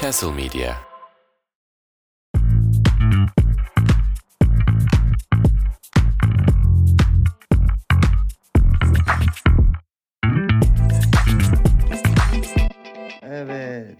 Castle Media Evet.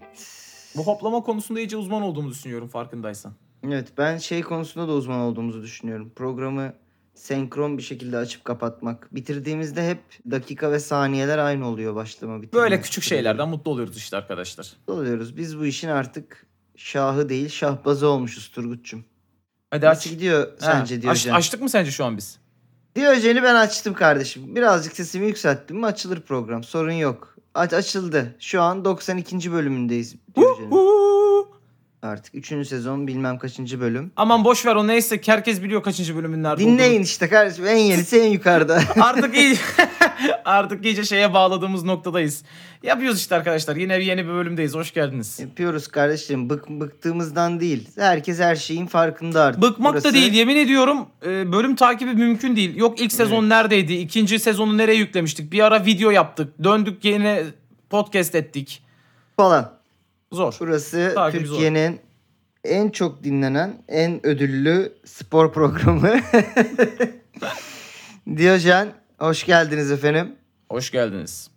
Bu hoplama konusunda iyice uzman olduğumu düşünüyorum farkındaysan. Evet ben şey konusunda da uzman olduğumuzu düşünüyorum. Programı senkron bir şekilde açıp kapatmak. Bitirdiğimizde hep dakika ve saniyeler aynı oluyor başlama bitirme. Böyle küçük şeylerden mutlu oluyoruz işte arkadaşlar. oluyoruz. Biz bu işin artık şahı değil şahbazı olmuşuz Turgut'cum. Hadi aç. Nasıl gidiyor sence Ha, diyor aç- açtık mı sence şu an biz? Diyojen'i ben açtım kardeşim. Birazcık sesimi yükselttim mi açılır program. Sorun yok. Aç açıldı. Şu an 92. bölümündeyiz Diyojen'in. Huu! Artık 3. sezon bilmem kaçıncı bölüm. Aman boş ver o neyse ki herkes biliyor kaçıncı bölümün nerede Dinleyin işte kardeşim. En yenisi en yukarıda. olduğunu. Artık iyi artık iyice şeye bağladığımız noktadayız. Yapıyoruz işte arkadaşlar. Yine yeni bir bölümdeyiz. Hoş geldiniz. Yapıyoruz kardeşlerim. Bık, bıktığımızdan değil. Herkes her şeyin farkında artık. Bıkmak Burası- da değil yemin ediyorum e, bölüm takibi mümkün değil. Yok ilk sezon Evet. neredeydi? ikinci sezonu nereye yüklemiştik? Bir ara video yaptık. Döndük yine podcast ettik. falan. Zor. Burası Takibi zor. Türkiye'nin en çok dinlenen, en ödüllü spor programı. Diyojen hoş geldiniz efendim. Hoş geldiniz.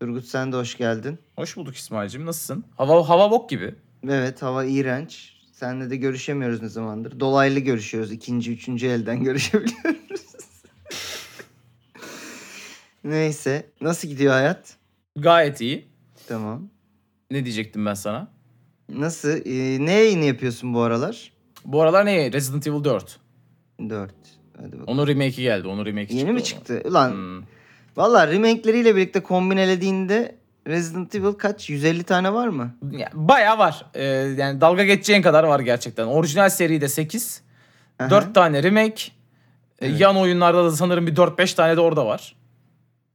Turgut sen de hoş geldin. Hoş bulduk İsmail'cim. Nasılsın? Hava hava bok gibi. Evet hava iğrenç. Seninle de görüşemiyoruz ne zamandır. Dolaylı görüşüyoruz. İkinci, üçüncü elden görüşebiliyoruz. Neyse. Nasıl gidiyor hayat? Gayet iyi. Tamam. Ne diyecektim ben sana? Nasıl? Ee, ne yayını yapıyorsun bu aralar? Bu aralar ne? Resident Evil 4. 4. Hadi bakalım. Onun remake'i geldi. Onun remake'i Yeni mi çıktı ona. çıktı? Ulan Hmm. valla remake'leriyle birlikte kombinelediğinde Resident Evil kaç? 150 tane var mı? Ya, bayağı var. Ee, yani dalga geçeceğin kadar var gerçekten. Orijinal seride 8. Aha. 4 tane remake. Ee, Evet. Yan oyunlarda da sanırım bir 4-5 tane de orada var.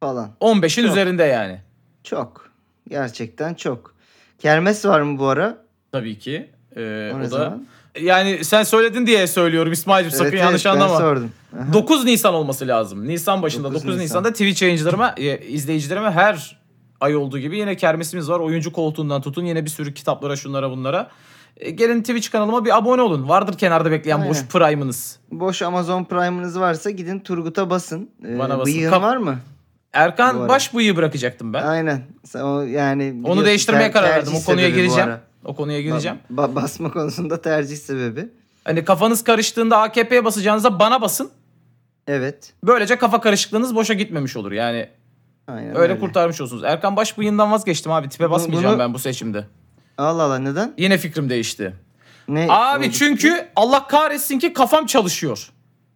falan. 15'in Çok. üzerinde yani. Çok. Gerçekten çok. Kermes var mı bu ara? Tabii ki. Ee, O ne o da zaman? yani sen söyledin diye söylüyorum İsmail'cim sakın Evet, evet, yanlış ben anlama. sordum. Aha. 9 Nisan olması lazım. Nisan başında 9, 9 Nisan. Nisan'da Twitch yayıncılarıma, e, izleyicilerime her ay olduğu gibi yine kermesimiz var. Oyuncu koltuğundan tutun yine bir sürü kitaplara şunlara bunlara. E, gelin Twitch kanalıma bir abone olun. Vardır kenarda bekleyen boş Aynen. prime'ınız. Boş Amazon Prime'ınız varsa gidin Turgut'a basın. Ee, Bana basın. bıyığın Kap- var mı? Erkan Bu arada. baş bıyığı bırakacaktım ben. Aynen. Sen o- yani biliyorsun, Onu değiştirmeye ter- karar verdim. tercih O konuya sebebi bu gireceğim. ara. O konuya gireceğim. Ba- ba- basma konusunda tercih sebebi. Hani kafanız karıştığında AKP'ye basacağınıza bana basın. Evet. Böylece kafa karışıklığınız boşa gitmemiş olur. Yani Aynen öyle, kurtarmış olursunuz. Erkan baş bıyığından vazgeçtim abi. Tipe Bunu- basmayacağım bunu- ben bu seçimde. Allah Allah neden? Yine fikrim değişti. Ne Abi oldu? çünkü Allah kahretsin ki kafam çalışıyor.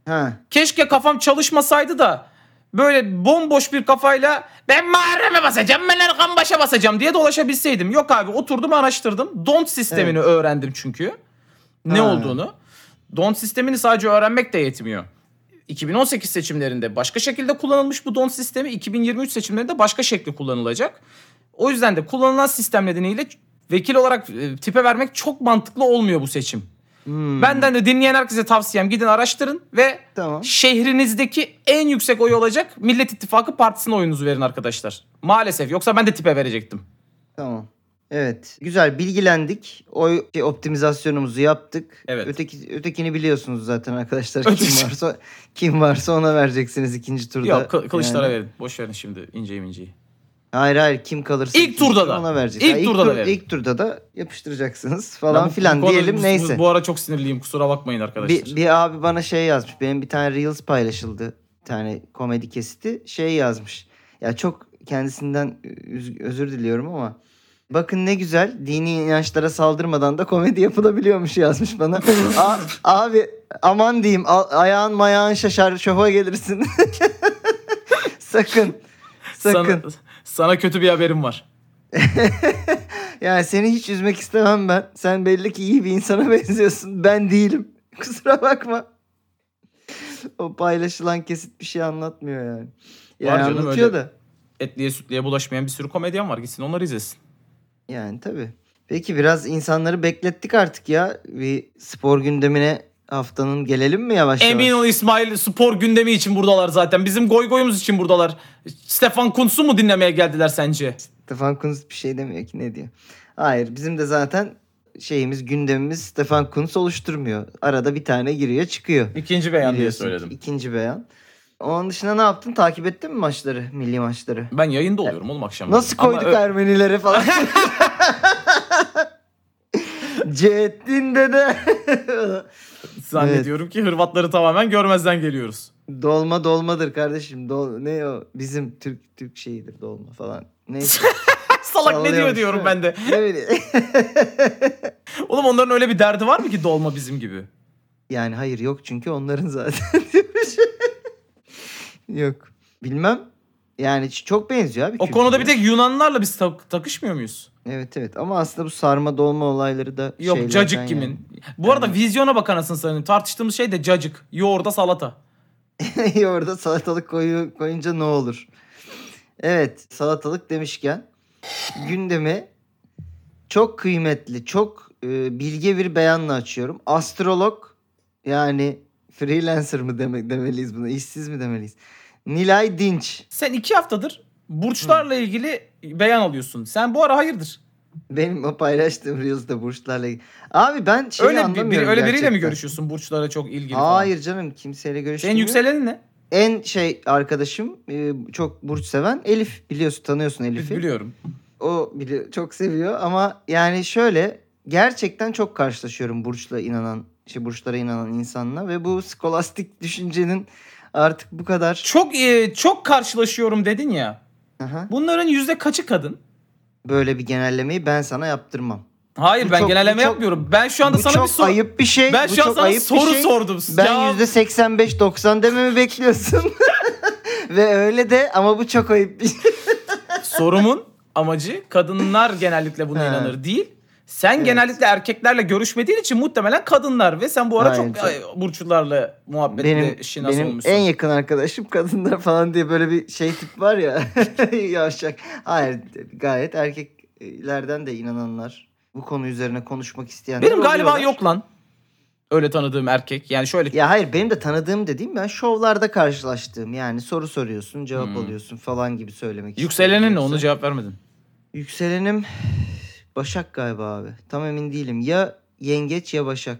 Ha. Keşke kafam çalışmasaydı da böyle bomboş bir kafayla ben Muharrem'e basacağım, ben Erkan Baş'a basacağım diye dolaşabilseydim. Yok abi oturdum araştırdım. Don't sistemini öğrendim çünkü. Ne Ha. olduğunu. Don't sistemini sadece öğrenmek de yetmiyor. 2018 seçimlerinde başka şekilde kullanılmış bu don sistemi 2023 seçimlerinde başka şekli kullanılacak. O yüzden de kullanılan sistem nedeniyle vekil olarak e, tipe vermek çok mantıklı olmuyor bu seçim. Hmm. Benden de dinleyen herkese tavsiyem gidin araştırın ve Tamam. şehrinizdeki en yüksek oy olacak Millet İttifakı partisine oyunuzu verin arkadaşlar. Maalesef yoksa ben de tipe verecektim. Tamam. Evet. Güzel bilgilendik. Oy şey, optimizasyonumuzu yaptık. Evet. Öteki, ötekini biliyorsunuz zaten arkadaşlar. Öteki- Kim varsa kim varsa ona vereceksiniz ikinci turda. Yok Kı- Kılıçlara Yani- verin. Boş verin şimdi ince inceyi. Hayır hayır kim kalırsa İlk ikinci turda tur da. ona verecek. İlk Ha, turda da verin. İlk turda da yapıştıracaksınız Ya falan bu- filan bu konuda- diyelim bu- neyse. Bu ara çok sinirliyim kusura bakmayın arkadaşlar. Bir, bir abi bana şey yazmış. Benim bir tane Reels paylaşıldı. Bir tane komedi kesiti. Şey yazmış. Ya çok kendisinden üz- özür diliyorum ama bakın ne güzel dini inançlara saldırmadan da komedi yapılabiliyormuş yazmış bana. A- abi aman diyeyim a- ayağın mayağın şaşar şofa gelirsin. sakın. Sakın. Sana, sana kötü bir haberim var. Yani seni hiç üzmek istemem ben. Sen belli ki iyi bir insana benziyorsun. Ben değilim. Kusura bakma. o paylaşılan kesit bir şey anlatmıyor yani. Yani canım, anlatıyor öyle. da. Etliye sütliye bulaşmayan bir sürü komedyen var. Gitsin onları izlesin. Yani tabii. Peki biraz insanları beklettik artık ya. Bir spor gündemine haftanın gelelim mi yavaş yavaş? Emin ol İsmail spor gündemi için buradalar zaten. Bizim goy goyumuz için buradalar. Stefan Kuntz'u mu dinlemeye geldiler sence? Stefan Kunz bir şey demiyor ki ne diyor. Hayır bizim de zaten şeyimiz gündemimiz Stefan Kuntz oluşturmuyor. Arada bir tane giriyor çıkıyor. İkinci beyan diye Biliyorsun ki söyledim. İkinci beyan. Onun dışında ne yaptın? Takip ettin mi maçları? Milli maçları. Ben yayında oluyorum oğlum akşamları. Nasıl koyduk Ama, ö- Ermenileri falan? Ceddin dede. zannediyorum ki Hırvatları tamamen görmezden geliyoruz. dolma dolmadır kardeşim. Dol ne o? Bizim Türk Türk şeyidir dolma falan. Neyse. Salak ne diyor sallıyormuş, diyorum değil mi? ben de. ne bileyim. Oğlum onların öyle bir derdi var mı ki dolma bizim gibi? Yani hayır yok çünkü onların zaten. yok. Bilmem. Yani ç- çok benziyor abi. O konuda bir tek Yunanlarla biz tak- takışmıyor muyuz? Evet evet ama aslında bu sarma dolma olayları da Yok şeylerden cacık yani. kimin? Bu arada vizyona bak anasını satayım. Tartıştığımız şey de cacık. Yoğurda salata. Orada salatalık koyu, koyunca ne olur? Evet salatalık demişken gündemi çok kıymetli, çok e, bilge bir beyanla açıyorum. Astrolog yani freelancer mı demek demeliyiz buna, işsiz mi demeliyiz? Nilay Dinç. Sen iki haftadır burçlarla ilgili beyan alıyorsun. Sen bu ara hayırdır? Benim o paylaştığım Reels'de burçlarla. Abi ben şeyi öyle bir- bir, anlamıyorum öyle biriyle mi gerçekten. görüşüyorsun burçlara çok ilgili? falan? Hayır canım kimseyle görüşmüyor. Senin yükselenin ne? En şey arkadaşım e, çok burç seven Elif biliyorsun tanıyorsun Elif'i. Biliyorum. O bile çok seviyor ama yani şöyle gerçekten çok karşılaşıyorum burçla inanan şey burçlara inanan insanla ve bu skolastik düşüncenin artık bu kadar Çok e, çok karşılaşıyorum dedin ya. Aha, Bunların yüzde kaçı kadın? böyle bir genellemeyi ben sana yaptırmam. Hayır Bu ben çok- genelleme bu çok- yapmıyorum. Ben şu anda bu sana çok bir soru ayıp bir şey. Ben bu şu an çok sana ayıp bir soru şey. sordum. Ben Ya- yüzde 85-90 dememi bekliyorsun. ve öyle de ama bu çok ayıp bir şey. Sorumun amacı kadınlar genellikle buna He. inanır değil. Sen Evet. genellikle erkeklerle görüşmediğin için muhtemelen kadınlar ve sen bu ara Aynen, çok çok. ay, burçlarla muhabbetle Benim, şinas benim olmuşsun. en yakın arkadaşım kadınlar falan diye böyle bir şey tip var ya. Yavşak. Hayır gayet erkeklerden de inananlar. Bu konu üzerine konuşmak isteyenler Benim galiba oluyorlar. yok lan. Öyle tanıdığım erkek. Yani şöyle Ya hayır benim de tanıdığım dediğim ben şovlarda karşılaştığım yani soru soruyorsun cevap Hmm. alıyorsun falan gibi söylemek yükselenin ne onu Yoksa- cevap vermedin. Yükselenim Başak galiba abi. Tam emin değilim. Ya yengeç ya Başak.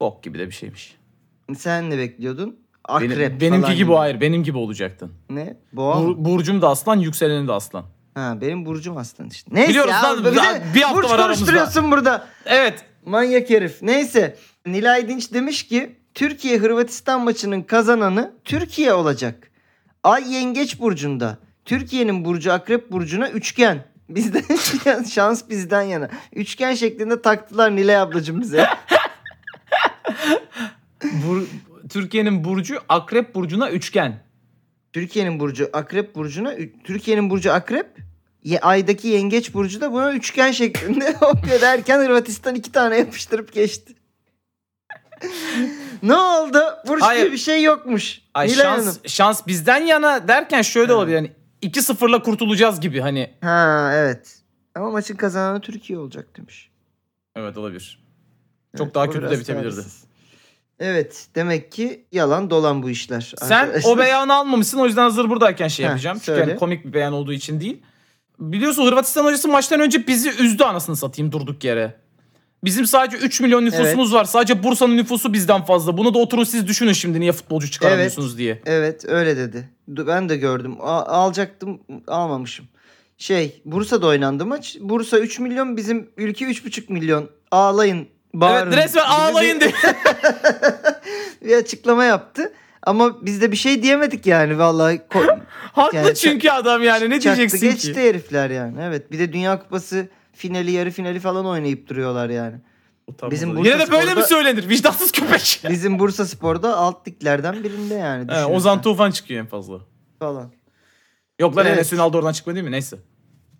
Bok gibi de bir şeymiş. Sen ne bekliyordun? Benim- Akrep benimki falan gibi yine. hayır. Benim gibi olacaktın. Ne? Boğa mı? Bur- burcum da aslan, yükseleni de aslan. Ha benim burcum aslan işte. Neyse Biliyoruz ya, lan, bir, de lan, bir hafta burç var aramızda. karıştırıyorsun burada. Evet. Manyak herif. Neyse. Nilay Dinç demiş ki Türkiye Hırvatistan maçının kazananı Türkiye olacak. Ay yengeç burcunda. Türkiye'nin burcu akrep burcuna üçgen. Bizden şans bizden yana. Üçgen şeklinde taktılar Nilay ablacığım bize. Bur- Türkiye'nin burcu akrep burcuna üçgen. Türkiye'nin burcu akrep burcuna ü- Türkiye'nin burcu akrep ye- aydaki yengeç burcu da buna üçgen şeklinde hop ederken Hırvatistan iki tane yapıştırıp geçti. ne oldu? Burç Hayır. diye bir şey yokmuş. Ay Nilay Hanım. şans şans bizden yana derken şöyle Ha. olabilir. Yani 2-0'la kurtulacağız gibi hani. Ha evet. Ama maçın kazananı Türkiye olacak demiş. Evet olabilir. Çok Evet, daha bu kötü de biraz bitebilirdi. talihsiz. Evet demek ki yalan dolan bu işler. Sen o arkadaşlar. beyanı almamışsın o yüzden hazır buradayken şey Heh, yapacağım. Çünkü söyle. yani komik bir beyan olduğu için değil. Biliyorsun Hırvatistan hocası maçtan önce bizi üzdü anasını satayım durduk yere. Bizim sadece 3 milyon nüfusumuz var. Sadece Bursa'nın nüfusu bizden fazla. Bunu da oturun siz düşünün şimdi niye futbolcu çıkaramıyorsunuz diye. Evet öyle dedi. Du- Ben de gördüm. A- alacaktım almamışım. Şey Bursa'da oynandı maç. Bursa 3 milyon bizim ülke 3,5 milyon. Ağlayın bağırın. evet resmen gibi ağlayın bir, diye. bir açıklama yaptı. Ama biz de bir şey diyemedik yani vallahi. ko- Haklı Yani çünkü adam yani ne çaktı diyeceksin geçti ki? herifler yani. Evet bir de Dünya Kupası finali yarı finali falan oynayıp duruyorlar yani. Bizim Yine de Bursa böyle mi Spor'da- söylenir? Vicdansız köpek. Bizim Bursa Spor'da alt liglerden birinde yani. He, düşünürsen Ozan Tufan çıkıyor en fazla. falan. Yok lan Evet. Enes Ünal da oradan çıkmadı değil mi? Neyse.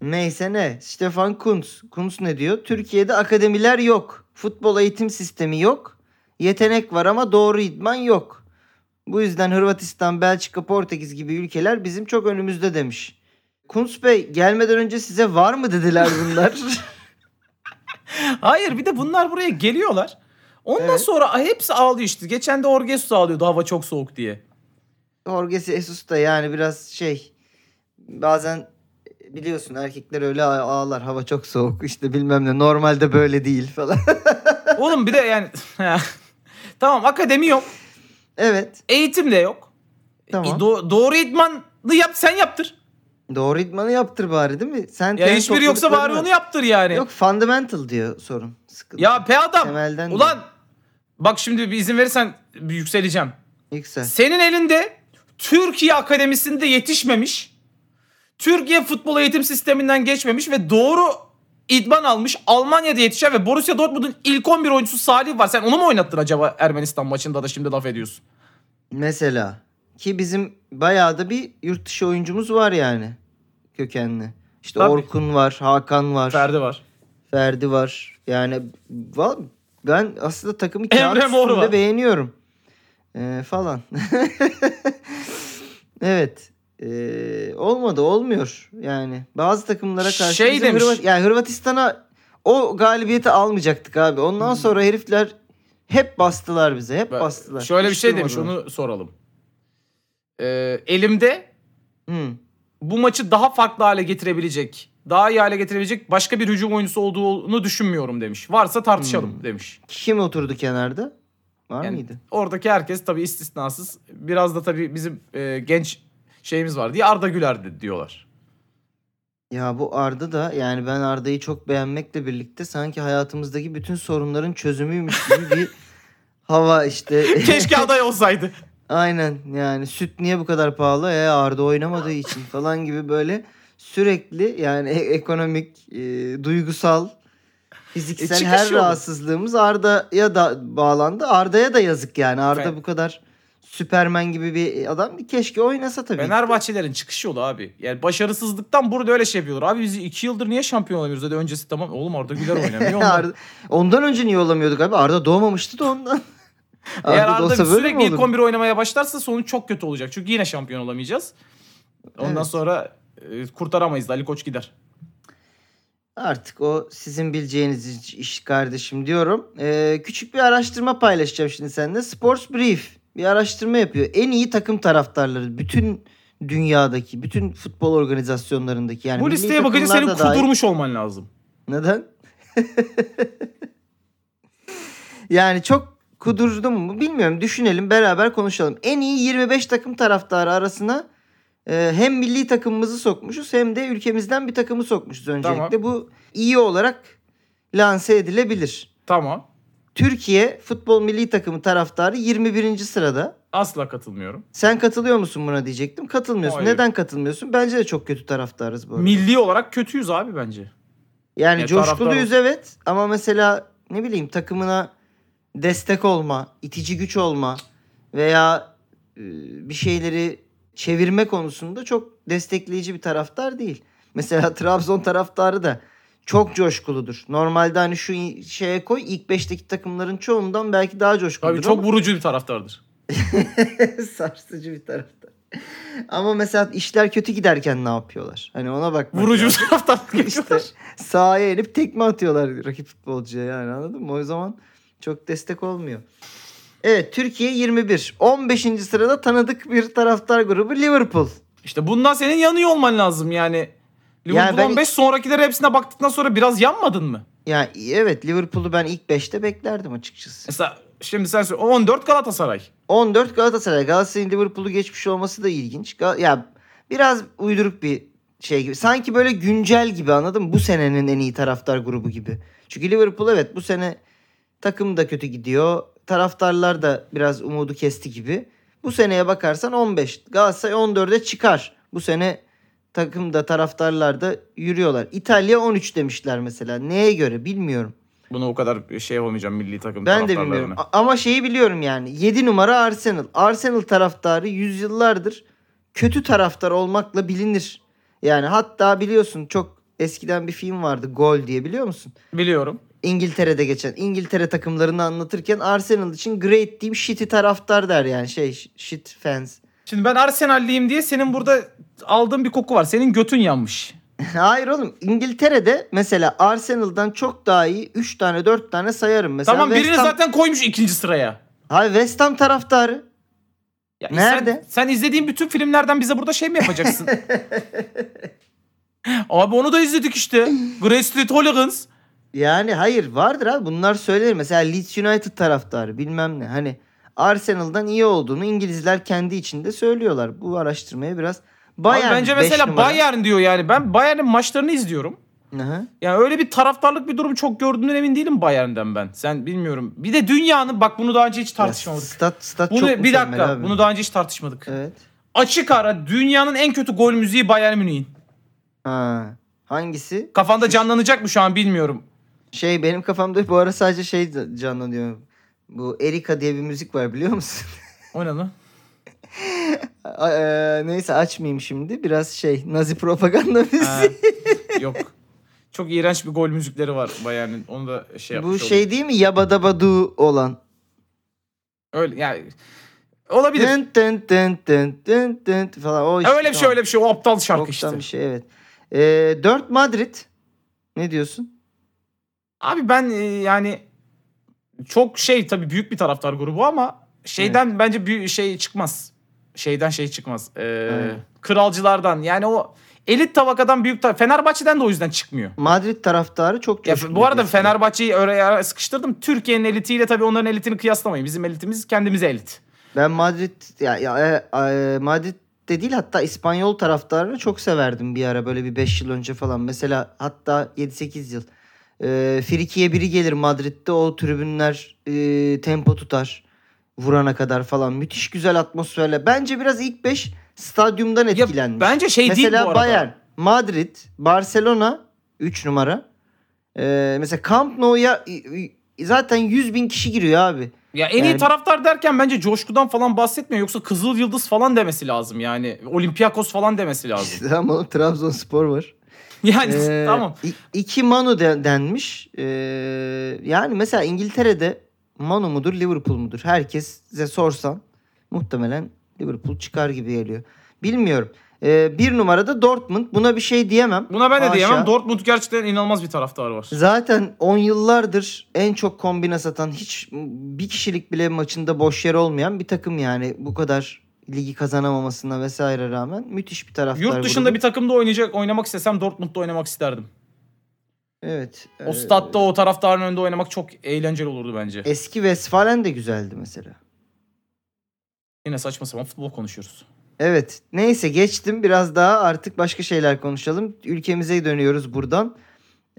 Neyse ne. Stefan Kuntz. Kuntz ne diyor? Türkiye'de akademiler yok. Futbol eğitim sistemi yok. Yetenek var ama doğru idman yok. Bu yüzden Hırvatistan, Belçika, Portekiz gibi ülkeler bizim çok önümüzde demiş. Kuntz Bey gelmeden önce size var mı dediler bunlar? Hayır bir de bunlar buraya geliyorlar. Ondan Evet. sonra hepsi ağlıyor işte. Geçen de Orgesus ağlıyordu hava çok soğuk diye. Jorge Jesus da yani biraz şey bazen biliyorsun erkekler öyle ağ- ağlar hava çok soğuk işte bilmem ne normalde böyle değil falan. Oğlum bir de yani tamam akademi yok. evet Eğitim de yok. Tamam. E, do- doğru idmanlı yap sen yaptır. doğru idmanı yaptır bari değil mi? Sen Ya kendi hiçbiri yoksa bari topladıklarını- onu yaptır yani. Yok fundamental diyor sorun. Sıkıntı. Ya pe adam. Temelden de. Ulan bak şimdi bir izin verirsen bir yükseleceğim. Yüksel. Senin elinde Türkiye Akademisi'nde yetişmemiş, Türkiye futbol eğitim sisteminden geçmemiş ve doğru idman almış Almanya'da yetişen ve Borussia Dortmund'un ilk 11 oyuncusu Salih var. Sen onu mu oynattın acaba Ermenistan maçında da şimdi laf ediyorsun? Mesela ki bizim bayağı da bir yurt dışı oyuncumuz var yani kökenli. İşte Tabii. Orkun var, Hakan var, Ferdi, Ferdi var. var. Yani val- ben aslında takımı Emre kağıt Mor üstünde var. beğeniyorum. Ee, falan. evet. Ee, olmadı, olmuyor. Yani bazı takımlara karşı Şey bizim demiş. Hırvat- yani Hırvatistan'a o galibiyeti almayacaktık abi. Ondan Hmm. sonra herifler hep bastılar bize. Hep Ben- bastılar. Şöyle bir Hiç şey demiş durmadılar. onu soralım. Ee, elimde Hı. bu maçı daha farklı hale getirebilecek, daha iyi hale getirebilecek başka bir hücum oyuncusu olduğunu düşünmüyorum demiş. Varsa tartışalım demiş. Kim oturdu kenarda? Var Yani mıydı? Oradaki herkes tabii istisnasız. Biraz da tabii bizim e, genç şeyimiz var diye Arda Güler de diyorlar. Ya bu Arda da yani ben Arda'yı çok beğenmekle birlikte sanki hayatımızdaki bütün sorunların çözümüymüş gibi bir hava işte. Keşke aday olsaydı. Aynen yani süt niye bu kadar pahalı? E Arda oynamadığı için falan gibi böyle sürekli yani e- ekonomik, e, duygusal, fiziksel E, çıkış her yolu. rahatsızlığımız Arda'ya da bağlandı. Arda'ya da yazık yani. Arda Fe- bu kadar Süpermen gibi bir adam keşke oynasa tabii. Fenerbahçelerin çıkış yolu abi. Yani başarısızlıktan burada öyle şey yapıyorlar. Abi biz iki yıldır niye şampiyon olamıyoruz? Hadi öncesi tamam. Oğlum Arda Güler oynamıyor. onlar. Arda- ondan önce niye olamıyorduk abi? Arda doğmamıştı da ondan. Eğer da Arda olsa böyle mi sürekli ilk olur? 11 oynamaya başlarsa sonuç çok kötü olacak. Çünkü yine şampiyon olamayacağız. Ondan Evet. sonra e, kurtaramayız. da. Ali Koç gider. Artık o sizin bileceğiniz iş- iş kardeşim diyorum. Ee, küçük bir araştırma paylaşacağım şimdi seninle. Sports Brief bir araştırma yapıyor. En iyi takım taraftarları bütün dünyadaki, bütün futbol organizasyonlarındaki yani Bu milli listeye bakınca senin takımlar da dahil. kudurmuş olman lazım. Neden? yani çok kudurdum mu bilmiyorum. Düşünelim beraber konuşalım. En iyi 25 takım taraftarı arasına e, hem milli takımımızı sokmuşuz hem de ülkemizden bir takımı sokmuşuz öncelikle. Bu iyi olarak lanse edilebilir. Tamam. Türkiye futbol milli takımı taraftarı 21. sırada. Asla katılmıyorum. Sen katılıyor musun buna diyecektim. Katılmıyorsun. Hayır. Neden katılmıyorsun? Bence de çok kötü taraftarız bu arada. Milli olarak kötüyüz abi bence. Yani Ya coşkuluyuz evet ama mesela ne bileyim takımına destek olma, itici güç olma veya e, bir şeyleri çevirme konusunda çok destekleyici bir taraftar değil. Mesela Trabzon taraftarı da çok coşkuludur. Normalde hani şu in- şeye koy ilk 5'teki takımların çoğundan belki daha coşkuludur. Tabii çok ama- vurucu bir taraftardır. sarsıcı bir taraftar. Ama mesela işler kötü giderken ne yapıyorlar? Hani ona bak. Vurucu bir taraftardır. işte sahaya inip tekme atıyorlar rakip futbolcuya yani anladın mı? O zaman çok destek olmuyor. Evet Türkiye 21. 15. sırada tanıdık bir taraftar grubu Liverpool. İşte bundan senin yanıyor olman lazım yani. Liverpool ben- 15 sonrakileri hepsine baktıktan sonra biraz yanmadın mı? Yani evet Liverpool'u ben ilk 5'te beklerdim açıkçası. Mesela şimdi sen söyle 14 Galatasaray. 14 Galatasaray. Galatasaray'ın Liverpool'u geçmiş olması da ilginç. Gal- ya biraz uyduruk bir şey gibi. Sanki böyle güncel gibi anladın mı? Bu senenin en iyi taraftar grubu gibi. Çünkü Liverpool evet bu sene takım da kötü gidiyor. Taraftarlar da biraz umudu kesti gibi. Bu seneye bakarsan 15. Galatasaray 14'e çıkar. Bu sene takımda taraftarlar da yürüyorlar. İtalya 13 demişler mesela. Neye göre bilmiyorum. Bunu o kadar şey yapamayacağım milli takım Ben de taraftarlarına. bilmiyorum. A- Ama şeyi biliyorum yani. 7 numara Arsenal. Arsenal taraftarı yüzyıllardır kötü taraftar olmakla bilinir. Yani hatta biliyorsun çok eskiden bir film vardı Gol diye biliyor musun? Biliyorum. İngiltere'de geçen İngiltere takımlarını anlatırken Arsenal için great team shitty taraftar der yani şey shit fans. Şimdi ben Arsenalliyim diye senin burada aldığın bir koku var. Senin götün yanmış. Hayır oğlum İngiltere'de mesela Arsenal'dan çok daha iyi 3 tane 4 tane sayarım. Mesela tamam birini West Ham- zaten koymuş ikinci sıraya. Hayır West Ham taraftarı. Ya Nerede? Sen, sen izlediğin bütün filmlerden bize burada şey mi yapacaksın? Abi onu da izledik işte. Grace Tolerance. Yani hayır vardır abi bunlar söyler. Mesela Leeds United taraftarı bilmem ne. Hani Arsenal'dan iyi olduğunu İngilizler kendi içinde söylüyorlar. Bu araştırmaya biraz Bayern Abi bence beş mesela numara. Bayern diyor yani. Ben Bayern'in maçlarını izliyorum. Aha. Yani öyle bir taraftarlık bir durum çok gördüğümden emin değilim Bayern'den ben. Sen bilmiyorum. Bir de dünyanın bak bunu daha önce hiç Ya tartışmadık. Stat, stat Bunu çok bir mükemmel dakika. abi. Bunu daha önce hiç tartışmadık. Evet. Açık ara dünyanın en kötü gol müziği Bayern Münih'in. Ha. Hangisi? Kafanda canlanacak mı şu an bilmiyorum. Şey benim kafamda bu ara sadece şey canlanıyor. Bu Erika diye bir müzik var biliyor musun? O ne lan? A- eee, Neyse açmayayım şimdi. Biraz şey Nazi propaganda Ha, şey müziği. yok. Çok iğrenç bir gol müzikleri var Bayern'in. Onu da şey bu yapmış olduk. şey değil mi? Yabadabadu olan. Öyle yani. Olabilir. Tın tın tın tın tın tın falan. O işte, öyle bir şey tamam. öyle bir şey. O aptal şarkı Boktan işte. bir şey evet. Eee 4 Madrid. Ne diyorsun? Abi ben e, yani çok şey tabii büyük bir taraftar grubu ama şeyden bence büyük şey çıkmaz. Şeyden şey çıkmaz. Ee, Evet. Kralcılardan yani o elit tabakadan büyük tar- Fenerbahçe'den de o yüzden çıkmıyor. Madrid taraftarı çok Ya, coşkulu bu arada kesin. Fenerbahçe'yi oraya sıkıştırdım. Türkiye'nin elitiyle tabii onların elitini kıyaslamayın. Bizim elitimiz kendimize elit. Ben Madrid ya, ya e, e, Madrid de değil hatta İspanyol taraftarını çok severdim bir ara böyle bir 5 yıl önce falan. Mesela hatta 7-8 yıl. E, Friki'ye biri gelir Madrid'de o tribünler e, tempo tutar vurana kadar falan. Müthiş güzel atmosferle. Bence biraz ilk 5 stadyumdan Ya, etkilenmiş. bence şey değil mesela bu arada. Bayern, Madrid, Barcelona 3 numara. E, mesela Camp Nou'ya e, e, zaten 100 bin kişi giriyor abi. Ya en iyi Yani- taraftar derken bence coşkudan falan bahsetmiyor. Yoksa Kızıl Yıldız falan demesi lazım yani. Olympiakos falan demesi lazım. Tamam oğlum, Trabzonspor var. yani Ee, tamam. i- İki Manu de- denmiş. Ee, yani mesela İngiltere'de Manu mudur Liverpool mudur? Herkese sorsan muhtemelen Liverpool çıkar gibi geliyor. Bilmiyorum. Ee, bir numarada Dortmund. Buna bir şey diyemem. Buna ben de Haşa. diyemem. Dortmund gerçekten inanılmaz bir taraftarı var. Zaten 10 yıllardır en çok kombine satan hiç bir kişilik bile maçında boş yer olmayan bir takım yani. Bu kadar ligi kazanamamasına vesaire rağmen müthiş bir taraftar. Yurt dışında grubu. bir takımda oynayacak, oynamak istesem Dortmund'da oynamak isterdim. Evet. O Ee, statta o taraftarın önünde oynamak çok eğlenceli olurdu bence. Eski Westfalen de güzeldi mesela. Yine saçma sapan futbol konuşuyoruz. Evet. Neyse geçtim. Biraz daha artık başka şeyler konuşalım. Ülkemize dönüyoruz buradan.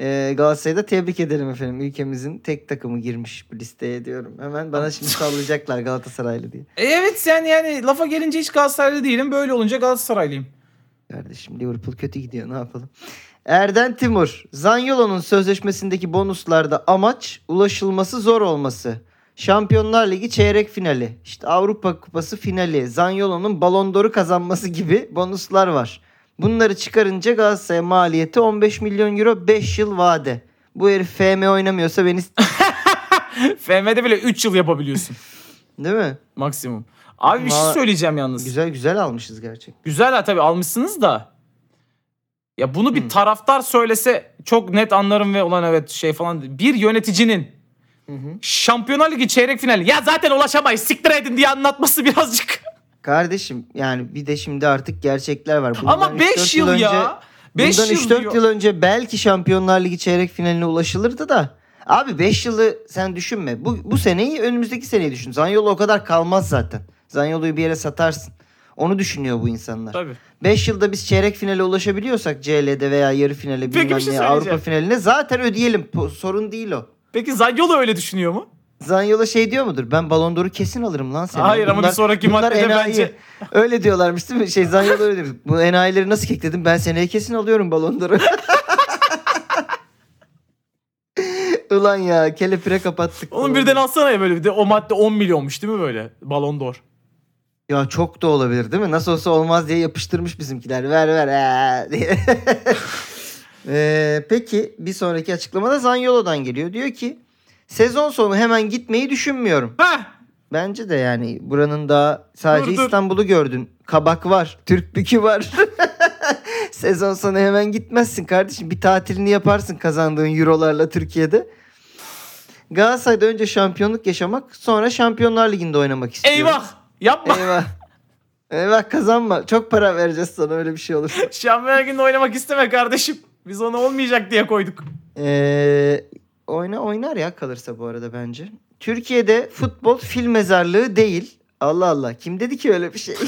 Ee, Galatasaray'da tebrik edelim efendim. Ülkemizin tek takımı girmiş bu listeye diyorum. Hemen bana şimdi sallayacaklar Galatasaraylı diye. E, evet yani yani lafa gelince hiç Galatasaraylı değilim. Böyle olunca Galatasaraylıyım. Kardeşim Liverpool kötü gidiyor ne yapalım. Erden Timur. Zanyolo'nun sözleşmesindeki bonuslarda amaç ulaşılması zor olması. Şampiyonlar Ligi çeyrek finali, işte Avrupa Kupası finali, Zanyolo'nun Ballon d'Or'u kazanması gibi bonuslar var. Bunları çıkarınca Galatasaray'a maliyeti 15 milyon euro 5 yıl vade. Bu herif FM oynamıyorsa beni... s- FM'de bile 3 yıl yapabiliyorsun Değil mi? maksimum. Abi bir şey Vallahi- söyleyeceğim yalnız. Güzel, Güzel güzel almışız gerçek. ha tabii almışsınız da. Ya bunu bir taraftar söylese çok net anlarım ve olan evet şey falan. Bir yöneticinin Hı hı. Şampiyonlar Ligi çeyrek finali. Ya zaten ulaşamayız siktir edin diye anlatması birazcık. Kardeşim yani bir de şimdi artık gerçekler var. Ama 5 yıl, ya. 5 Bundan yıl 3-4 diyor. yıl önce belki Şampiyonlar Ligi çeyrek finaline ulaşılırdı da. Abi 5 yılı sen düşünme. Bu, bu seneyi önümüzdeki seneyi düşün. Zanyolu o kadar kalmaz zaten. Zanyolu'yu bir yere satarsın. Onu düşünüyor bu insanlar. Tabii. 5 yılda biz çeyrek finale ulaşabiliyorsak CL'de veya yarı finale Peki bir bilmem şey ne söyleyeceğim. Avrupa finaline zaten ödeyelim. Po- Sorun değil o. Peki Zanyolu öyle düşünüyor mu? Zanyola şey diyor mudur? Ben Ballon d'Or'u kesin alırım lan seni. Hayır ama bir sonraki bunlar maddede enayi. bence- Öyle diyorlarmış değil mi? Şey Zanyola öyle demiş. Bu enayileri nasıl kekledim? Ben seneye kesin alıyorum Ballon d'Or'u. Ulan ya kelepire kapattık. Onun birden alsana ya böyle bir de o madde 10 milyonmuş değil mi böyle? Balon d'Or. Ya çok da olabilir değil mi? Nasıl olsa olmaz diye yapıştırmış bizimkiler. Ver ver. ee diye. Ee, peki bir sonraki açıklamada Zanyolo'dan geliyor. Diyor ki sezon sonu hemen gitmeyi düşünmüyorum. Heh! Bence de yani buranın daha sadece Dur, dur. İstanbul'u gördün. Kabak var, Türk bükü var. Sezon sonu hemen gitmezsin kardeşim. Bir tatilini yaparsın kazandığın eurolarla Türkiye'de. Galatasaray'da önce şampiyonluk yaşamak, sonra Şampiyonlar Ligi'nde oynamak istiyorum. Eyvah! Yapma. Eyvah. E bak kazanma. Çok para vereceğiz sana öyle bir şey olursa. Şam Ergin'le oynamak isteme kardeşim. Biz ona olmayacak diye koyduk. Ee, oyna oynar ya kalırsa bu arada bence. Türkiye'de futbol fil mezarlığı değil. Allah Allah kim dedi ki öyle bir şey?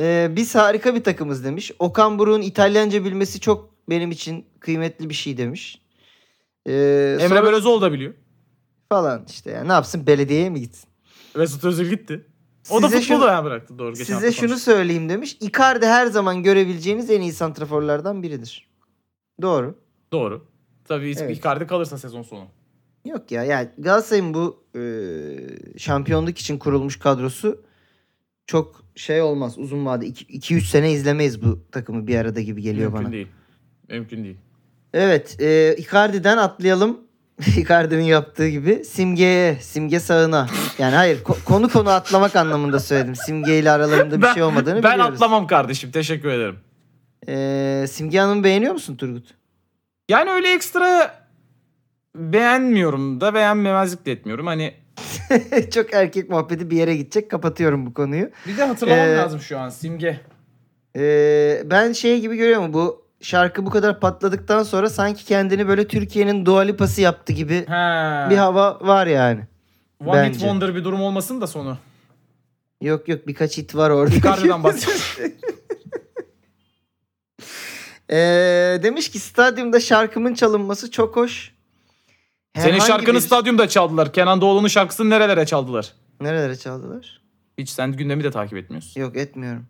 Ee, biz harika bir takımız demiş. Okan Buruk'un İtalyanca bilmesi çok benim için kıymetli bir şey demiş. Ee, Emre sonra- Belözoğlu da biliyor. falan işte ya ne yapsın belediyeye mi gitsin? Mesut Özil gitti. O da Size futbolu şunu- da bıraktı doğru. geçen Size hafta şunu konuştuk. söyleyeyim demiş. Icardi her zaman görebileceğiniz en iyi santraforlardan biridir. Doğru. Doğru. Tabii Evet. Icardi kalırsa sezon sonu. Yok ya yani Galatasaray'ın bu e, şampiyonluk için kurulmuş kadrosu çok şey olmaz uzun vade 2-3 sene izlemeyiz bu takımı bir arada gibi geliyor Mümkün bana. değil. Mümkün değil. Evet e, Icardi'den atlayalım. Icardi'nin yaptığı gibi Simge'ye, Simge sağına. Yani hayır ko- konu konu atlamak anlamında söyledim. Simge ile aralarında bir ben, şey olmadığını ben biliyoruz. atlamam kardeşim. Teşekkür ederim. E, Simge Hanım'ı beğeniyor musun Turgut? Yani öyle ekstra beğenmiyorum da beğenmemezlik de etmiyorum. Hani çok erkek muhabbeti bir yere gidecek kapatıyorum bu konuyu. bir de hatırlamam Ee, lazım şu an simge. Ee, ben şey gibi görüyorum bu şarkı bu kadar patladıktan sonra sanki kendini böyle Türkiye'nin Dua Lipa'sı yaptı gibi Ha. bir hava var yani. One bence. hit wonder bir durum olmasın da sonu. Yok yok birkaç hit var orada. Icardi'den bahsediyorum. Ee, demiş ki stadyumda şarkımın çalınması çok hoş. Senin Herhangi şarkını bir- stadyumda çaldılar. Kenan Doğulu'nun şarkısını nerelere çaldılar? Nerelere çaldılar? Hiç sen gündemi de takip etmiyorsun. Yok etmiyorum.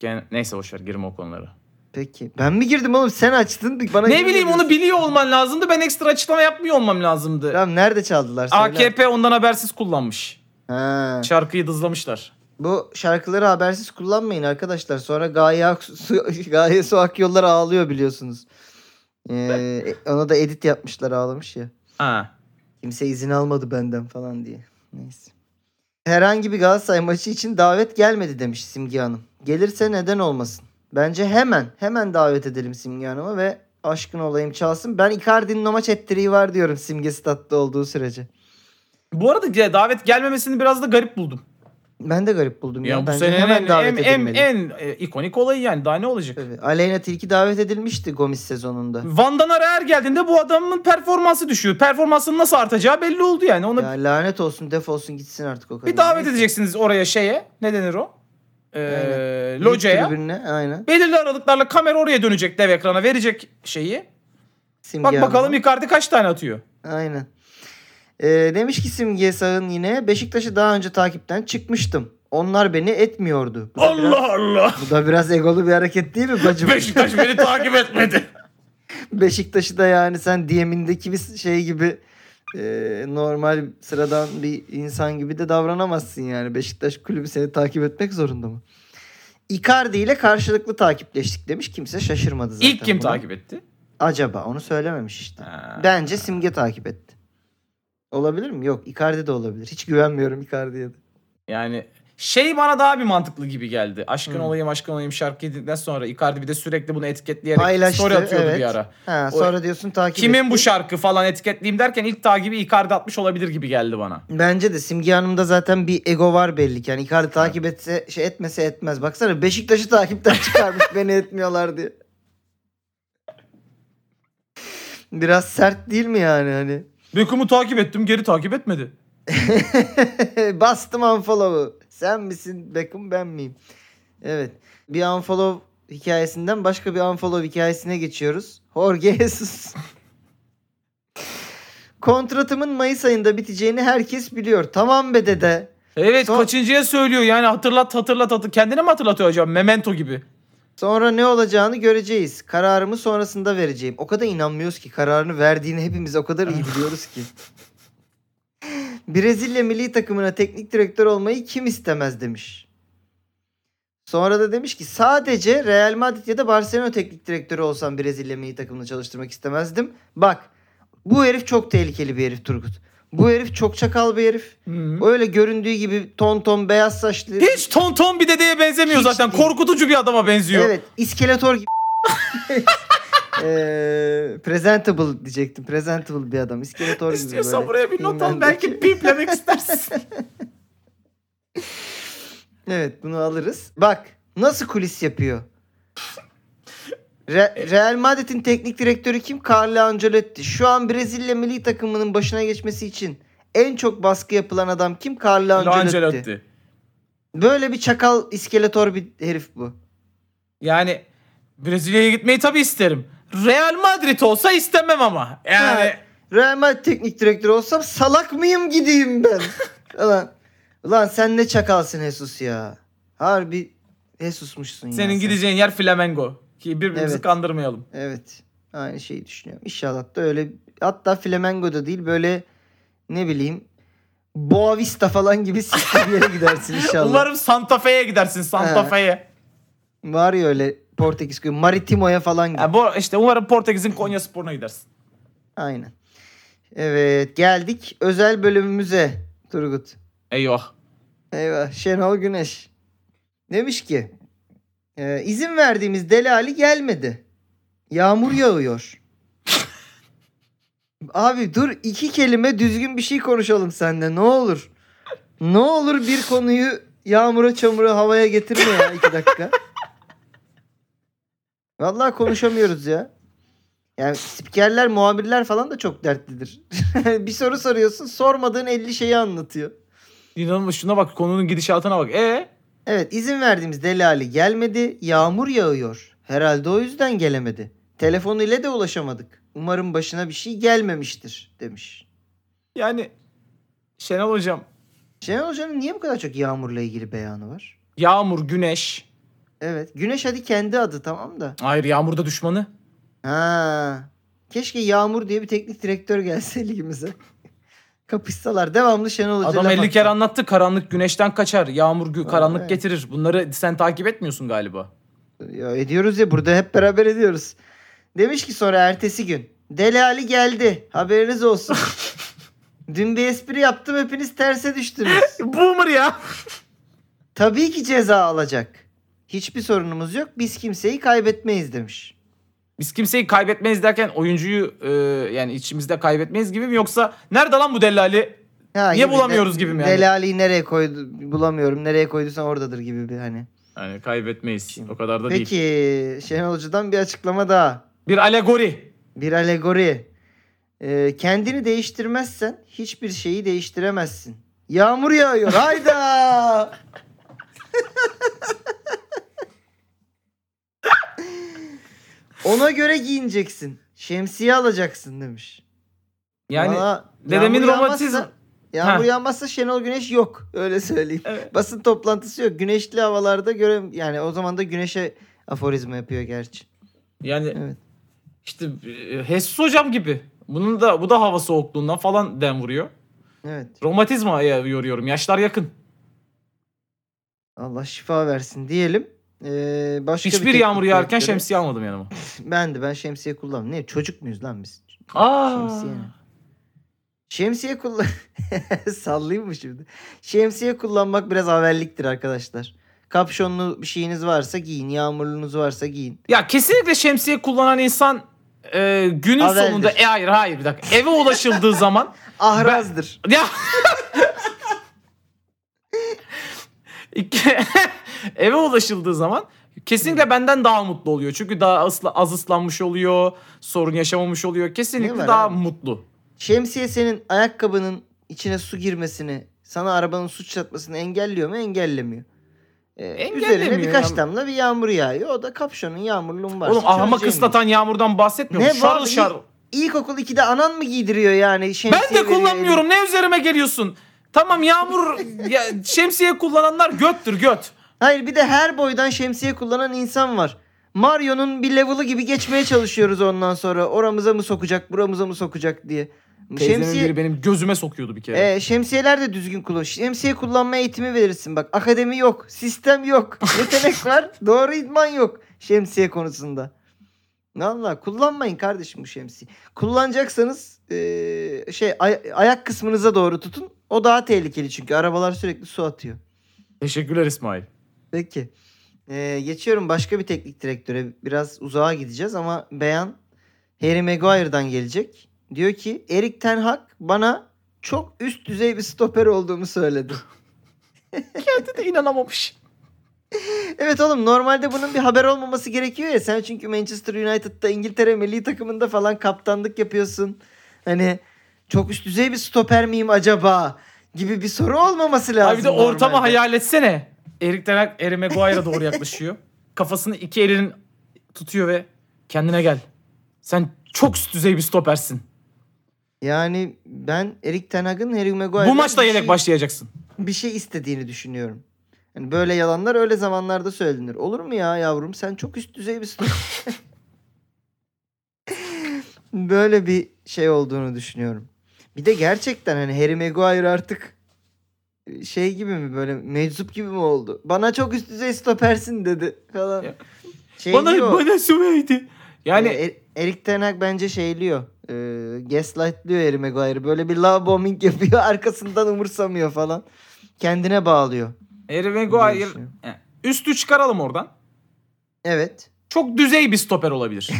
Gen- Neyse boşver girme o konulara. Peki. Ben mi girdim oğlum? Sen açtın. Bana Ne girmedin. bileyim onu biliyor olman lazımdı. Ben ekstra açıklama yapmıyor olmam lazımdı. Tamam nerede çaldılar? Söyle. AKP ondan habersiz kullanmış. Ha. Şarkıyı dızlamışlar. Bu şarkıları habersiz kullanmayın arkadaşlar. Sonra Gaye, Aksu, Gaye Su Akyollar ağlıyor biliyorsunuz. Ee, ona da edit yapmışlar ağlamış ya. Ha. Kimse izin almadı benden falan diye. Neyse. Herhangi bir Galatasaray maçı için davet gelmedi demiş Simge Hanım. Gelirse neden olmasın? Bence hemen hemen davet edelim Simge Hanım'a ve aşkın olayım çalsın. Ben Icardi'nin o maç ettiriği var diyorum Simge statta olduğu sürece. Bu arada ya davet gelmemesini biraz da garip buldum. Ben de garip buldum ya. Ya, bu Bence senenin hemen en, en, davet en, edilmeli. en, e, ikonik olayı yani daha ne olacak? Tabii. Aleyna Tilki davet edilmişti Gomis sezonunda. Van'dan ara er geldiğinde bu adamın performansı düşüyor. Performansının nasıl artacağı belli oldu yani. Ona Ya lanet olsun defolsun gitsin artık o kadar. bir davet Neyse. edeceksiniz oraya şeye. Ne denir o? Ee, Aynen. locaya. Büyük tribününe, aynen. Belirli aralıklarla kamera oraya dönecek dev ekrana verecek şeyi. Simge Bak Hanım'a. bakalım Icardi kaç tane atıyor. Aynen. Ee, demiş ki Simge Sağ'ın yine Beşiktaş'ı daha önce takipten çıkmıştım. Onlar beni etmiyordu. Bu da biraz- Allah. bu da biraz egolu bir hareket değil mi bacım? Beşiktaş beni takip etmedi. Beşiktaş'ı da yani sen DM'indeki bir şey gibi e, normal sıradan bir insan gibi de davranamazsın yani. Beşiktaş kulübü seni takip etmek zorunda mı? Icardi ile karşılıklı takipleştik demiş. Kimse şaşırmadı zaten. İlk kim buna. takip etti? Acaba onu söylememiş işte. Ha. Bence Simge takip etti. Olabilir mi? Yok Icardi de olabilir. Hiç güvenmiyorum Icardi'ye de. Yani şey bana daha bir mantıklı gibi geldi. Aşkın Hı. olayım aşkın olayım şarkı yedikten sonra Icardi bir de sürekli bunu etiketleyerek Paylaştı, story atıyordu evet. bir ara. Ha, O- sonra diyorsun takip Kimin etti. bu şarkı falan etiketleyeyim derken ilk takibi Icardi atmış olabilir gibi geldi bana. Bence de Simge Hanım'da zaten bir ego var belli ki. Yani Icardi takip etse şey etmese etmez. Baksana Beşiktaş'ı takipten çıkarmış beni etmiyorlar diye. Biraz sert değil mi yani hani? Beckham'ı takip ettim geri takip etmedi. Bastım unfollow'u. Sen misin Beckham ben miyim? Evet. Bir unfollow hikayesinden başka bir unfollow hikayesine geçiyoruz. Jorge Jesus. Kontratımın Mayıs ayında biteceğini herkes biliyor. Tamam be dede. Evet Son- kaçıncıya söylüyor yani hatırlat hatırlat hatır. Kendine mi hatırlatıyor acaba memento gibi? Sonra ne olacağını göreceğiz. Kararımı sonrasında vereceğim. O kadar inanmıyoruz ki kararını verdiğini hepimiz o kadar iyi biliyoruz ki. Brezilya milli takımına teknik direktör olmayı kim istemez demiş. Sonra da demiş ki sadece Real Madrid ya da Barcelona teknik direktörü olsam Brezilya milli takımını çalıştırmak istemezdim. Bak bu herif çok tehlikeli bir herif Turgut. Bu herif çok çakal bir herif. Hı. Öyle göründüğü gibi ton ton beyaz saçlı. Hiç ton ton bir dedeye benzemiyor Hiç zaten. değil. Korkutucu bir adama benziyor. Evet. iskeletor gibi. Eee presentable diyecektim. Presentable bir adam. iskeletor gibi böyle. İstiyorsan buraya bir not al Filmlerdeki- belki piplemek istersin. Evet bunu alırız. Bak nasıl kulis yapıyor. Re- Real Madrid'in teknik direktörü kim? Carlo Ancelotti. Şu an Brezilya milli takımının başına geçmesi için en çok baskı yapılan adam kim? Carlo Ancelotti. Lancelotti. Böyle bir çakal iskeletor bir herif bu. Yani Brezilya'ya gitmeyi tabii isterim. Real Madrid olsa istemem ama. Yani Ha, Real Madrid teknik direktörü olsam salak mıyım gideyim ben? Ulan, ulan sen ne çakalsın Jesus ya. Harbi Jesus'muşsun ya. senin sen. gideceğin yer Flamengo. Ki birbirimizi Evet. kandırmayalım. Evet. Aynı şeyi düşünüyorum. İnşallah da öyle hatta Flamengo'da değil böyle ne bileyim Boavista falan gibi siktir bir yere gidersin inşallah. Umarım Santa Fe'ye gidersin Santa Ha. Fe'ye. Var ya öyle Portekiz köyü Maritimo'ya falan git. Ya bu işte umarım Portekiz'in Konya Spor'una gidersin. Aynen. Evet geldik özel bölümümüze Turgut. Eyvah. Eyvah Şenol Güneş. Demiş ki "E, izin verdiğimiz Delali gelmedi. Yağmur yağıyor. Abi dur iki kelime düzgün bir şey konuşalım seninle ne olur. Ne olur bir konuyu yağmura çamura havaya getirme ya iki dakika. Vallahi konuşamıyoruz ya. Yani spikerler, muhabirler falan da çok dertlidir. bir soru soruyorsun, sormadığın 50 şeyi anlatıyor. İnanılmaz şuna bak konunun gidişatına bak. E Evet izin verdiğimiz Delali gelmedi. Yağmur yağıyor. Herhalde o yüzden gelemedi. Telefonu ile de ulaşamadık. Umarım başına bir şey gelmemiştir demiş. yani Şenol Hocam Şenol Hoca'nın niye bu kadar çok yağmurla ilgili beyanı var? Yağmur, Güneş. Evet. Güneş hadi kendi adı tamam da. Hayır Yağmur da düşmanı. Ha. Keşke Yağmur diye bir teknik direktör gelse ligimize. Kapışsalar devamlı Şenol Hoca. Adam laf 50 atar. kere anlattı karanlık güneşten kaçar. Yağmur gü- karanlık evet. getirir. Bunları sen takip etmiyorsun galiba. Ya ediyoruz ya burada hep beraber ediyoruz. Demiş ki sonra ertesi gün. Deli Ali geldi. Haberiniz olsun. Dün bir espri yaptım hepiniz terse düştünüz. Boomer ya. Tabii ki ceza alacak. Hiçbir sorunumuz yok. Biz kimseyi kaybetmeyiz demiş. Biz kimseyi kaybetmeyiz derken oyuncuyu e, yani içimizde kaybetmeyiz gibi mi yoksa nerede lan bu Dellali? Ha, Niye gibi bulamıyoruz gibi mi yani? Deli Ali'yi nereye koydu bulamıyorum. Nereye koyduysan oradadır gibi bir hani. Yani kaybetmeyiz. O kadar da değil. Peki Şenol Hoca'dan bir açıklama daha. Bir alegori. Bir alegori. Ee, kendini değiştirmezsen hiçbir şeyi değiştiremezsin. Yağmur yağıyor. Hayda! Ona göre giyineceksin. Şemsiye alacaksın demiş. Yani Valla dedemin yağmur romantizm. yağmazsa- Yağmur Ha. yağmazsa Şenol Güneş yok. Öyle söyleyeyim. Evet. Basın toplantısı yok. Güneşli havalarda göre yani o zaman da güneşe aforizma yapıyor gerçi. Yani Evet. işte e, Hessus hocam gibi. Bunun da bu da hava soğukluğundan falan dem vuruyor. Evet. Romatizma yoruyorum. Yaşlar yakın. Allah şifa versin diyelim. Ee, başka bir Hiçbir teknik yağmur yağarken direktöre- şemsiye almadım yanıma. Ben de ben şemsiye kullanmam. Ne çocuk muyuz lan biz? Aa. Şemsiye. ne? Şemsiye kullan... Sallayayım mı şimdi? Şemsiye kullanmak biraz havelliktir arkadaşlar. Kapşonlu bir şeyiniz varsa giyin. Yağmurluğunuz varsa giyin. Ya kesinlikle şemsiye kullanan insan e, günün Haberdir. sonunda e hayır hayır bir dakika eve ulaşıldığı zaman Ahrazdır. ya İki- eve ulaşıldığı zaman kesinlikle benden daha mutlu oluyor. Çünkü daha ısla- az ıslanmış oluyor, sorun yaşamamış oluyor. Ne Kesinlikle var daha abi? mutlu. Şemsiye senin ayakkabının içine su girmesini, sana arabanın su çatmasını engelliyor mu? Engellemiyor. Ee, Engellemiyor üzerine birkaç ya. damla bir yağmur yağıyor. O da kapşonun yağmurluğun varsa. Oğlum ahma çözeceğin gibi. kıslatan yağmurdan bahsetmiyorum. Ne Şarıl var? şarıl. İlkokul 2'de anan mı giydiriyor yani? Şemsiye Ben de veriyor kullanmıyorum. Ne üzerime geliyorsun? Tamam yağmur ya, şemsiye kullananlar göttür göt. Hayır bir de her boydan şemsiye kullanan insan var. Mario'nun bir level'ı gibi geçmeye çalışıyoruz ondan sonra. Oramıza mı sokacak, buramıza mı sokacak diye. Teyzemin Şemsiye, biri benim gözüme sokuyordu bir kere. Ee, şemsiyeler de düzgün kullan. Şemsiye kullanma eğitimi verirsin. Bak akademi yok, sistem yok, yetenek var, doğru idman yok şemsiye konusunda. Valla kullanmayın kardeşim bu şemsiye. Kullanacaksanız ee, şey ay- ayak kısmınıza doğru tutun. O daha tehlikeli çünkü arabalar sürekli su atıyor. Teşekkürler İsmail. Peki. Ee, geçiyorum başka bir teknik direktöre. Biraz uzağa gideceğiz ama beyan Harry Maguire'dan gelecek. Diyor ki Erik Ten Hag bana çok üst düzey bir stoper olduğumu söyledi. Kendi de inanamamış. Evet oğlum normalde bunun bir haber olmaması gerekiyor ya. Sen çünkü Manchester United'da İngiltere milli takımında falan kaptanlık yapıyorsun. Hani çok üst düzey bir stoper miyim acaba gibi bir soru olmaması lazım. Abi bir de ortamı normalde. hayal etsene. Erik Ten Hag Harry Maguire'a doğru yaklaşıyor. Kafasını iki elinin tutuyor ve kendine gel. Sen çok üst düzey bir stopersin. Yani ben Erik Ten Hag'ın Harry Maguire'dan Bu maçta bir yedek şey- başlayacaksın. bir şey istediğini düşünüyorum. Yani böyle yalanlar öyle zamanlarda söylenir. Olur mu ya yavrum? Sen çok üst düzey bir stoper. böyle bir şey olduğunu düşünüyorum. Bir de gerçekten hani Harry Maguire artık şey gibi mi böyle meczup gibi mi oldu? Bana çok üst düzey stopersin dedi falan. Ya. Şey bana diyor, bana sümeydi. Yani e, Er- Erik Ten Hag bence şeyliyor. E, gaslightlıyor Harry Maguire'ı. Böyle bir love bombing yapıyor. Arkasından umursamıyor falan. Kendine bağlıyor. Harry Maguire Diyorsun. Yani üstü çıkaralım oradan. Evet. Çok düzey bir stoper olabilir.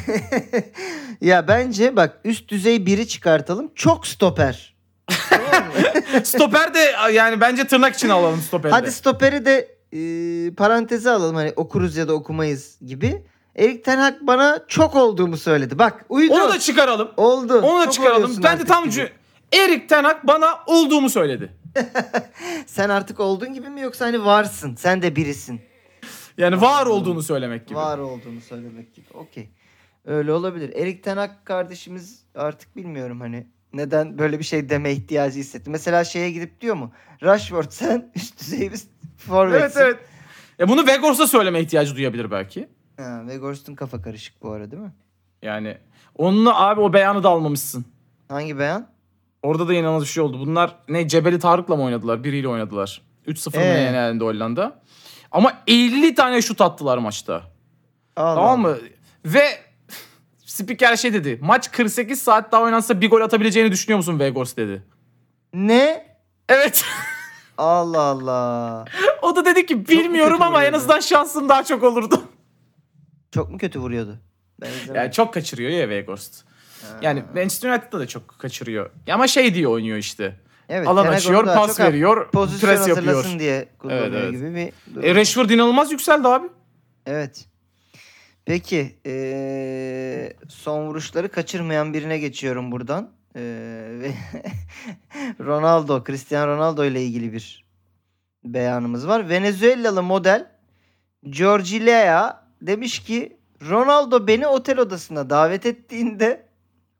ya bence bak üst düzey biri çıkartalım. Çok stoper. Tamam mı? stoper de yani bence tırnak için alalım stoperi de. Hadi stoperi de e, paranteze alalım. Hani okuruz ya da okumayız gibi. Erik Ten Hag bana çok olduğumu söyledi. Bak uydu. Onu da çıkaralım. Oldu. Onu da Çok çıkaralım. oluyorsun Ben de artık tam gibi. cü- Erik Ten Hag bana olduğumu söyledi. Sen artık olduğun gibi mi yoksa hani varsın. Sen de birisin. Yani var olduğunu söylemek gibi. Var olduğunu söylemek gibi. Okey. Öyle olabilir. Erik Ten Hag kardeşimiz artık bilmiyorum hani neden böyle bir şey deme ihtiyacı hissetti. Mesela şeye gidip diyor mu? Rashford sen üst düzey bir Evet forvetsin. evet. E bunu Vegors'a söyleme ihtiyacı duyabilir belki. Ha, Weghorst'un kafa karışık bu ara değil mi? Yani onunla abi o beyanı da almamışsın. Hangi beyan? Orada da inanılmaz bir şey oldu. Bunlar ne Cebeli Tarık'la mı oynadılar? Biriyle oynadılar. 3-0 mı Ee? yenendi Hollanda. Ama 50 tane şut attılar maçta. Allah. Tamam mı? Ve spiker şey dedi. Maç 48 saat daha oynansa bir gol atabileceğini düşünüyor musun Vegors dedi. Ne? Evet. Allah Allah. o da dedi ki kötü bilmiyorum ama en vuruyordu?" azından şansım daha çok olurdu. Çok mu kötü vuruyordu? Ben yani izlemedim. çok kaçırıyor ya Vegors. Yani Manchester United'da da çok kaçırıyor. Ama şey diye oynuyor işte. evet, Alan Ten Hag açıyor, onu daha pas çok ha- veriyor, Pozisyon pres yapıyor. hazırlasın diye kullanıyor Evet, evet. gibi bir durum. E, Rashford inanılmaz yükseldi abi. Evet. Peki eee, son vuruşları kaçırmayan birine geçiyorum buradan. Eee, ve Ronaldo, Cristiano Ronaldo ile ilgili bir beyanımız var. Venezuelalı model Georgilea demiş ki Ronaldo beni otel odasına davet ettiğinde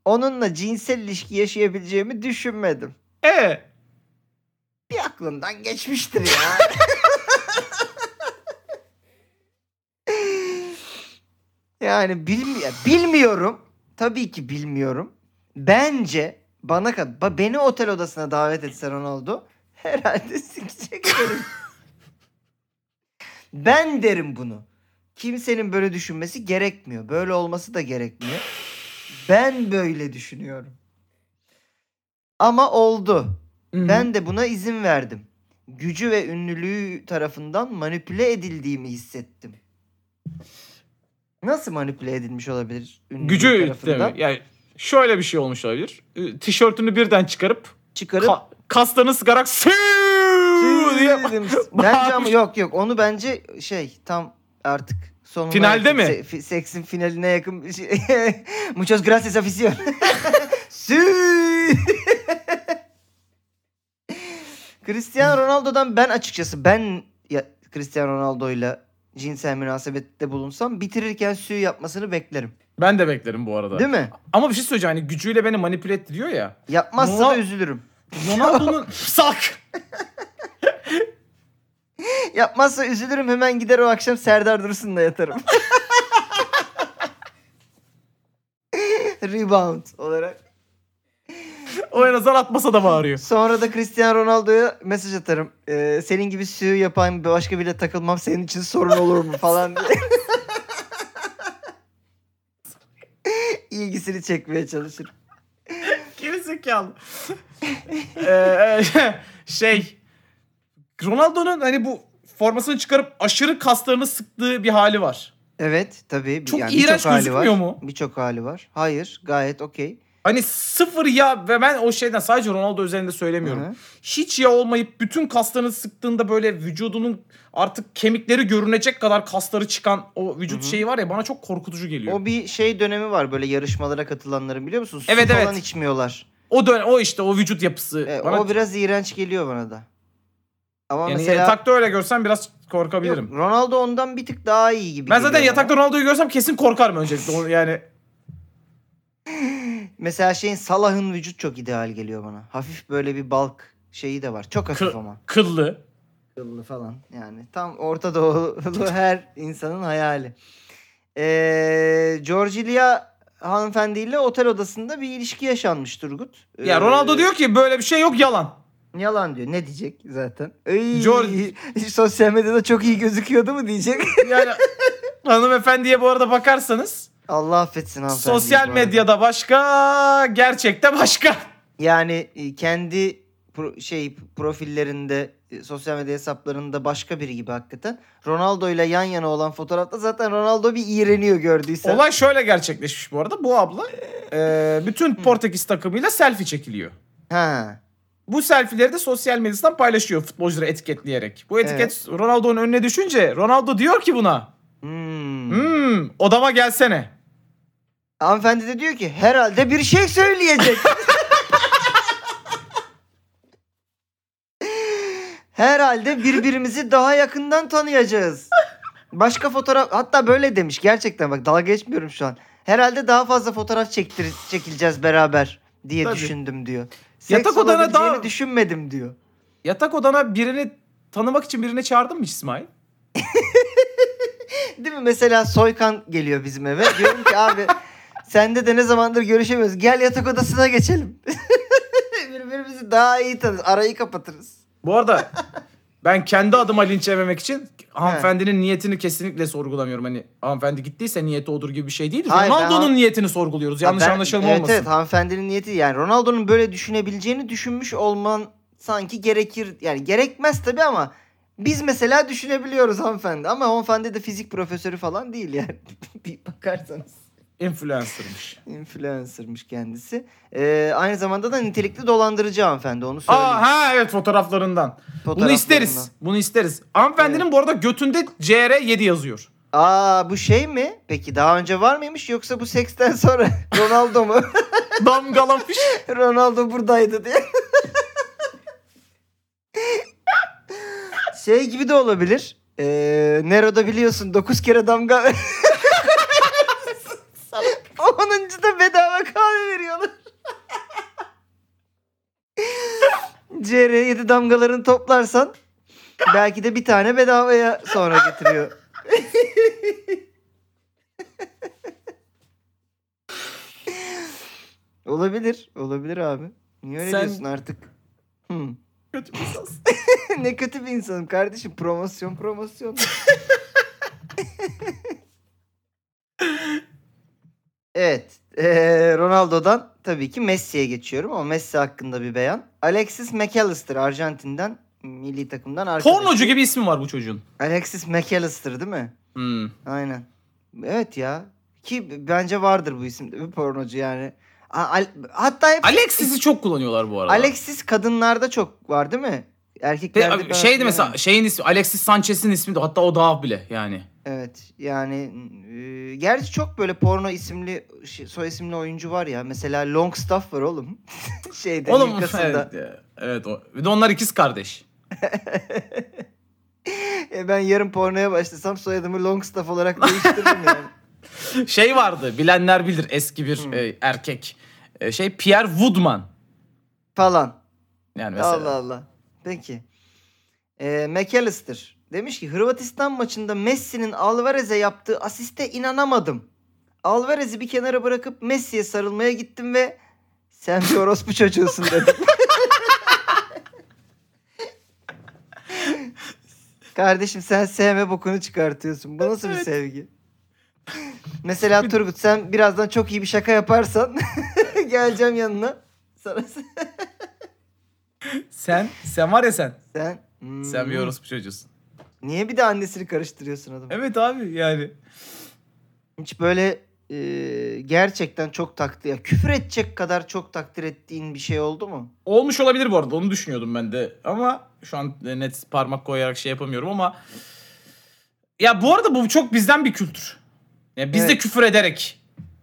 onunla cinsel ilişki yaşayabileceğimi düşünmedim. E Bir aklımdan geçmiştir ya. yani bilmi ya bilmiyorum. Tabii ki bilmiyorum. Bence bana kad- ba- beni otel odasına davet etse Ronaldo herhalde sikecek derim. ben derim bunu. Kimsenin böyle düşünmesi gerekmiyor. Böyle olması da gerekmiyor. Ben böyle düşünüyorum. Ama oldu. Ben de buna izin verdim. Gücü ve ünlülüğü tarafından manipüle edildiğimi hissettim. Nasıl manipüle edilmiş olabilir? ünlülüğü gücü değil tarafından? mi? Yani şöyle bir şey olmuş olabilir. E, Tişörtünü birden çıkarıp Çıkarıp Ka- kaslarını sıkarak "Sü!" diye "Tüy" demiş. Bence ama yok yok onu bence şey tam artık sonuna Finalde yakın, mi? se- fi- seksin finaline yakın bir şey. Muchas gracias afición. Sü- Cristiano Ronaldo'dan ben açıkçası ben ya, Cristiano Ronaldo'yla cinsel münasebette bulunsam bitirirken sü yapmasını beklerim. ben de beklerim bu arada. Değil mi? Ama bir şey söyleyeceğim hani gücüyle beni manipüle etti diyor ya. Yapmazsa Ronal- da üzülürüm. Ronaldo'nun sak. Yapmazsa üzülürüm hemen gider o akşam Serdar Dursun'la yatarım. Rebound olarak. O en azından atmasa da bağırıyor. Sonra da Cristiano Ronaldo'ya mesaj atarım. Ee, senin gibi sü yapan başka biriyle takılmam senin için sorun olur mu falan diye. İlgisini çekmeye çalışırım. Geri zekalı. Ee, şey Ronaldo'nun hani bu formasını çıkarıp aşırı kaslarını sıktığı bir hali var. Evet tabii. bir- Çok birçok iğrenç hali gözükmüyor var. mu? Birçok hali var. Hayır gayet okey. Hani sıfır ya ve ben o şeyden sadece Ronaldo üzerinde söylemiyorum. Hı hı. Hiç ya olmayıp bütün kaslarını sıktığında böyle vücudunun artık kemikleri görünecek kadar kasları çıkan o vücut şeyi var ya bana çok korkutucu geliyor. O, O bir şey dönemi var böyle yarışmalara katılanların biliyor musun? Su Evet, falan evet. içmiyorlar. dön o işte o vücut yapısı. E, bana, O biraz iğrenç geliyor bana da. Ama yani mesela yatakta öyle görsem biraz korkabilirim. Yok, Ronaldo ondan bir tık daha iyi gibi. ben zaten geliyor bana. yatakta Ronaldo'yu görsem kesin korkarım öncelikle. O- yani Mesela şeyin Salah'ın vücut çok ideal geliyor bana. Hafif böyle bir balk şeyi de var. Çok hafif Kı- ama. kıllı. Yıllı falan. Yani tam Orta Doğulu her insanın hayali. Ee, Georgilia hanımefendiyle otel odasında bir ilişki yaşanmış Turgut. Ya Ronaldo Ee, diyor ki böyle bir şey yok yalan. Yalan diyor. Ne diyecek zaten? Ey, George- Sosyal medyada çok iyi gözüküyordu mu diyecek. Yani hanımefendiye bu arada bakarsanız Allah affetsin hanımefendi. Sosyal bu arada. medyada başka, gerçekte başka. Yani e, kendi pro- şey profillerinde, e, sosyal medya hesaplarında başka biri gibi hakikaten. Ronaldo ile yan yana olan fotoğrafta zaten Ronaldo bir iğreniyor gördüysen. Olay şöyle gerçekleşmiş bu arada. Bu abla e, bütün Portekiz takımıyla selfie çekiliyor. Ha. Bu selfie'leri de sosyal medyadan paylaşıyor futbolcuları etiketleyerek. Bu etiket Ronaldo'nun önüne düşünce Ronaldo diyor ki buna Hmm. hmm, odama gelsene. Hanımefendi de diyor ki herhalde bir şey söyleyecek. herhalde birbirimizi daha yakından tanıyacağız. Başka fotoğraf hatta böyle demiş gerçekten bak dalga geçmiyorum şu an. Herhalde daha fazla fotoğraf çektir çekileceğiz beraber diye Tabii. düşündüm diyor. Yatak Seks odana olabileceğini daha- düşünmedim diyor. Yatak odana birini tanımak için birine çağırdın mı İsmail? Değil mi? Mesela Soykan geliyor bizim eve. Diyorum ki abi sende de ne zamandır görüşemiyoruz. Gel yatak odasına geçelim. Birbirimizi daha iyi tanırız. Arayı kapatırız. Bu arada ben kendi adıma linç yememek için hanımefendinin niyetini kesinlikle sorgulamıyorum. Hani hanımefendi gittiyse niyeti odur gibi bir şey değil. Hayır, ben Ronaldo'nun han- niyetini sorguluyoruz. Yanlış Ha, ben- anlaşılma evet, olmasın. Evet hanımefendinin niyeti yani Ronaldo'nun böyle düşünebileceğini düşünmüş olman sanki gerekir. Yani gerekmez tabii ama biz mesela düşünebiliyoruz hanımefendi. Ama hanımefendi de fizik profesörü falan değil yani. bir bakarsanız. Influencer'mış. Influencer'mış kendisi. Ee, aynı zamanda da nitelikli dolandırıcı hanımefendi onu söyleyeyim. Aa ha evet fotoğraflarından. Bunu Fotoğraflarından. isteriz. Bunu isteriz. Hanımefendinin bu arada götünde CR 7 yazıyor. Aa bu şey mi? Peki daha önce var mıymış yoksa bu seksten sonra Ronaldo mu? Damgalamış. Ronaldo buradaydı diye. şey gibi de olabilir. Ee, Nero'da biliyorsun 9 kere damga... 10. da bedava kahve veriyorlar. CR7 damgalarını toplarsan belki de bir tane bedavaya sonra getiriyor. olabilir. Olabilir abi. Niye öyle Sen- diyorsun artık? Hmm. Kötü bir sas. ne kötü bir insanım kardeşim. Promosyon promosyon. evet. eee, Ronaldo'dan tabii ki Messi'ye geçiyorum ama Messi hakkında bir beyan. Alexis McAllister Arjantin'den milli takımdan arkadaş. Pornocu gibi ismi var bu çocuğun. Alexis McAllister değil mi? Hmm. Aynen. Evet ya. Ki bence vardır bu isim değil mi? pornocu yani. A- Al- Hatta hep Alexis'i çok kullanıyorlar bu arada. Alexis kadınlarda çok var değil mi? Pe- Erkeklerde ben şeydi hatırlamıyorum. mesela şeyin ismi Alexis Sanchez'in ismi de hatta o daha bile yani. Evet yani e, gerçi çok böyle porno isimli şey- soy isimli oyuncu var ya. Mesela Longstaff var oğlum. Şeyde Oğlum Newcastle'da. evet, e, evet o. Bir de onlar ikiz kardeş. E, ben yarın pornoya başlasam soyadımı Longstaff olarak değiştiririm yani. Şey vardı bilenler bilir eski bir Hmm. e, erkek. E, şey Pierre Woodman. Falan. Yani mesela. Allah Allah. Peki. E, McAllister demiş ki Hırvatistan maçında Messi'nin Alvarez'e yaptığı asiste inanamadım. Alvarez'i bir kenara bırakıp Messi'ye sarılmaya gittim ve sen bir orospu çocuğusun dedim. Kardeşim sen sevme bokunu çıkartıyorsun. Bu nasıl bir sevgi? Mesela Turgut sen birazdan çok iyi bir şaka yaparsan geleceğim yanına. Sana Sen sen var ya sen. sen Hmm. Sen bir orospu çocuğusun. Niye bir de annesini karıştırıyorsun adamı? Evet abi yani. Hiç böyle e, gerçekten çok takdir, ya küfür edecek kadar çok takdir ettiğin bir şey oldu mu? Olmuş olabilir bu arada onu düşünüyordum ben de ama şu an net parmak koyarak şey yapamıyorum ama ya bu arada bu çok bizden bir kültür. Yani biz de Evet. küfür ederek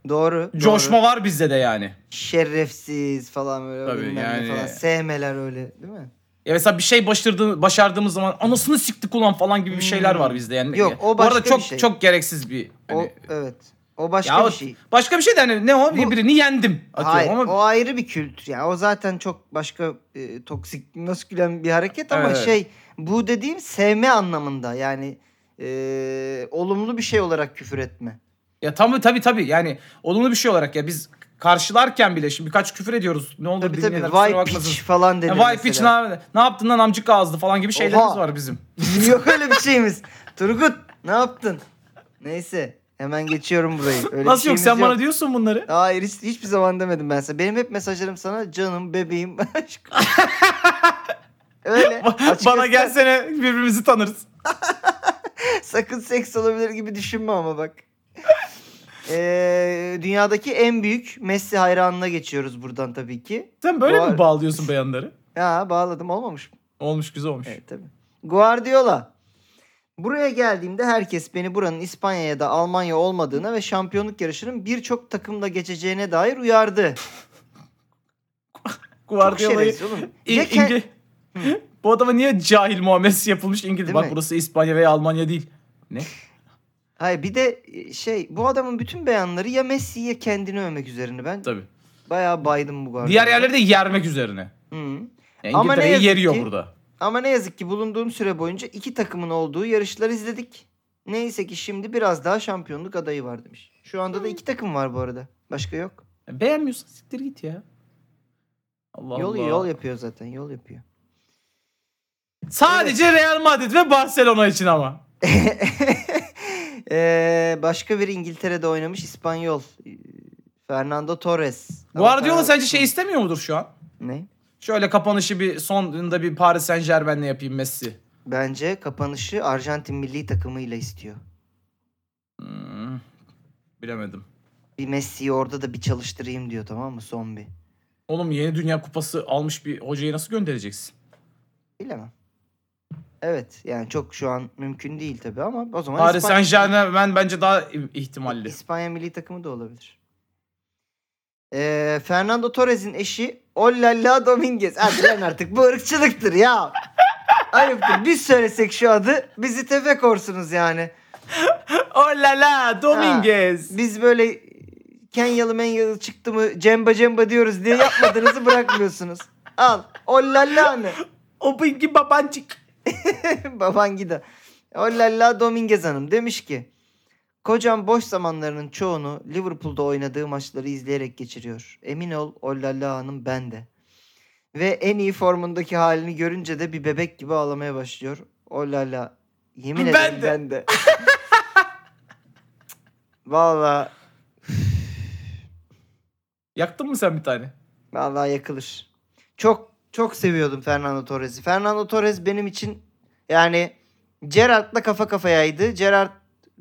Doğru. coşma doğru. var bizde de yani. Şerefsiz falan böyle Tabii bilmem ne yani. falan. Sevmeler öyle değil mi? Ya mesela bir şey başardı, başardığımız zaman anasını siktik ulan falan gibi bir şeyler Hmm. var bizde yani. Yok, o bu arada başka bir çok şey. çok gereksiz bir hani, O evet. O başka ya o- bir şey. başka bir şey de hani ne o Bu- birini yendim atıyorum Hayır, ama o ayrı bir kültür. Yani o zaten çok başka e, toksik maskülen bir hareket ama Evet. şey bu dediğim sevme anlamında yani e, olumlu bir şey olarak küfür etme. ya tam tabii tabii yani olumlu bir şey olarak ya biz karşılarken bile şimdi birkaç küfür ediyoruz. Ne olur Tabii dinleyenler tabii kusura vay bakmasın. piç falan denir Ya vay piç mesela. ne, ne yaptın lan amcık ağızlı falan gibi şeylerimiz Oha. var bizim. Bizim yok öyle bir şeyimiz. Turgut ne yaptın? Neyse hemen geçiyorum burayı. Öyle bir Nasıl yok şeyimiz sen bana diyorsun bunları? Hayır hiç, hiçbir zaman demedim ben sana. Benim hep mesajlarım sana canım, bebeğim, aşkım. Öyle. Açık bana açık- gelsene birbirimizi tanırız. Sakın seks olabilir gibi düşünme ama bak. Ee, dünyadaki en büyük Messi hayranına geçiyoruz buradan tabii ki. Sen böyle Var. mi bağlıyorsun beyanları? Ya bağladım olmamış mı? Olmuş güzel olmuş. Evet tabii. Guardiola. Buraya geldiğimde herkes beni buranın İspanya ya da Almanya olmadığına ve şampiyonluk yarışının birçok takımla geçeceğine dair uyardı. Çok Guardiola'yı şerefsiz oğlum. İ- Ya ke- İngi- Bu adama niye cahil muamelesi yapılmış İngiliz? Değil Bak mi? burası İspanya veya Almanya değil. Ne? Hayır bir de e, şey bu adamın bütün beyanları ya Messi'yi ya kendini övmek üzerine. Ben Tabii. bayağı baydım bu Guardiola'ya. Diğer yerleri de yermek üzerine. Hı. Yani Ama ne İngiltere'yi yazık yeriyor ki- burada. Ama ne yazık ki bulunduğum süre boyunca iki takımın olduğu yarışları izledik. Neyse ki şimdi biraz daha şampiyonluk adayı var demiş. Şu anda da iki takım var bu arada. Başka yok. Ya Beğenmiyorsan siktir git ya. Allah Yol Allah. yol yapıyor zaten. Yol yapıyor. Sadece Real Madrid ve Barcelona için ama. Ee, başka bir İngiltere'de oynamış İspanyol. Ee, Fernando Torres. Ama Guardiola Fernan- sence şey istemiyor mudur şu an? Ne? Şöyle kapanışı bir sonunda bir Paris Saint Germain'le yapayım Messi. Bence kapanışı Arjantin milli takımıyla istiyor. Hmm, bilemedim. Bir Messi'yi orada da bir çalıştırayım diyor tamam mı? Son bir. Oğlum yeni Dünya Kupası almış bir hocayı nasıl göndereceksin? Bilemem. Evet yani çok şu an mümkün değil tabii ama o zaman Paris İspanya- Saint Germain bence daha ihtimalli. İspanya milli takımı da olabilir. Ee, Fernando Torres'in eşi Ollalla Dominguez. Hadi lan artık bu ırkçılıktır ya. Ayıptır. Biz söylesek şu adı bizi tefe korsunuz yani. Oh la la Dominguez. Biz böyle Kenyalı menyalı çıktı mı cemba cemba diyoruz diye yapmadığınızı bırakmıyorsunuz. Al. Ollalla ne? O bilgi babancık. Babangida. Ollalla Dominguez Hanım demiş ki Kocam boş zamanlarının çoğunu Liverpool'da oynadığı maçları izleyerek geçiriyor. Emin ol Ollalla Hanım ben de. Ve en iyi formundaki halini görünce de bir bebek gibi ağlamaya başlıyor. Ollalla yemin Ben ederim de. ben de. Valla Yaktın mı sen bir tane? Vallahi yakılır. Çok çok seviyordum Fernando Torres'i. Fernando Torres benim için yani Gerrard'la kafa kafayaydı. Gerrard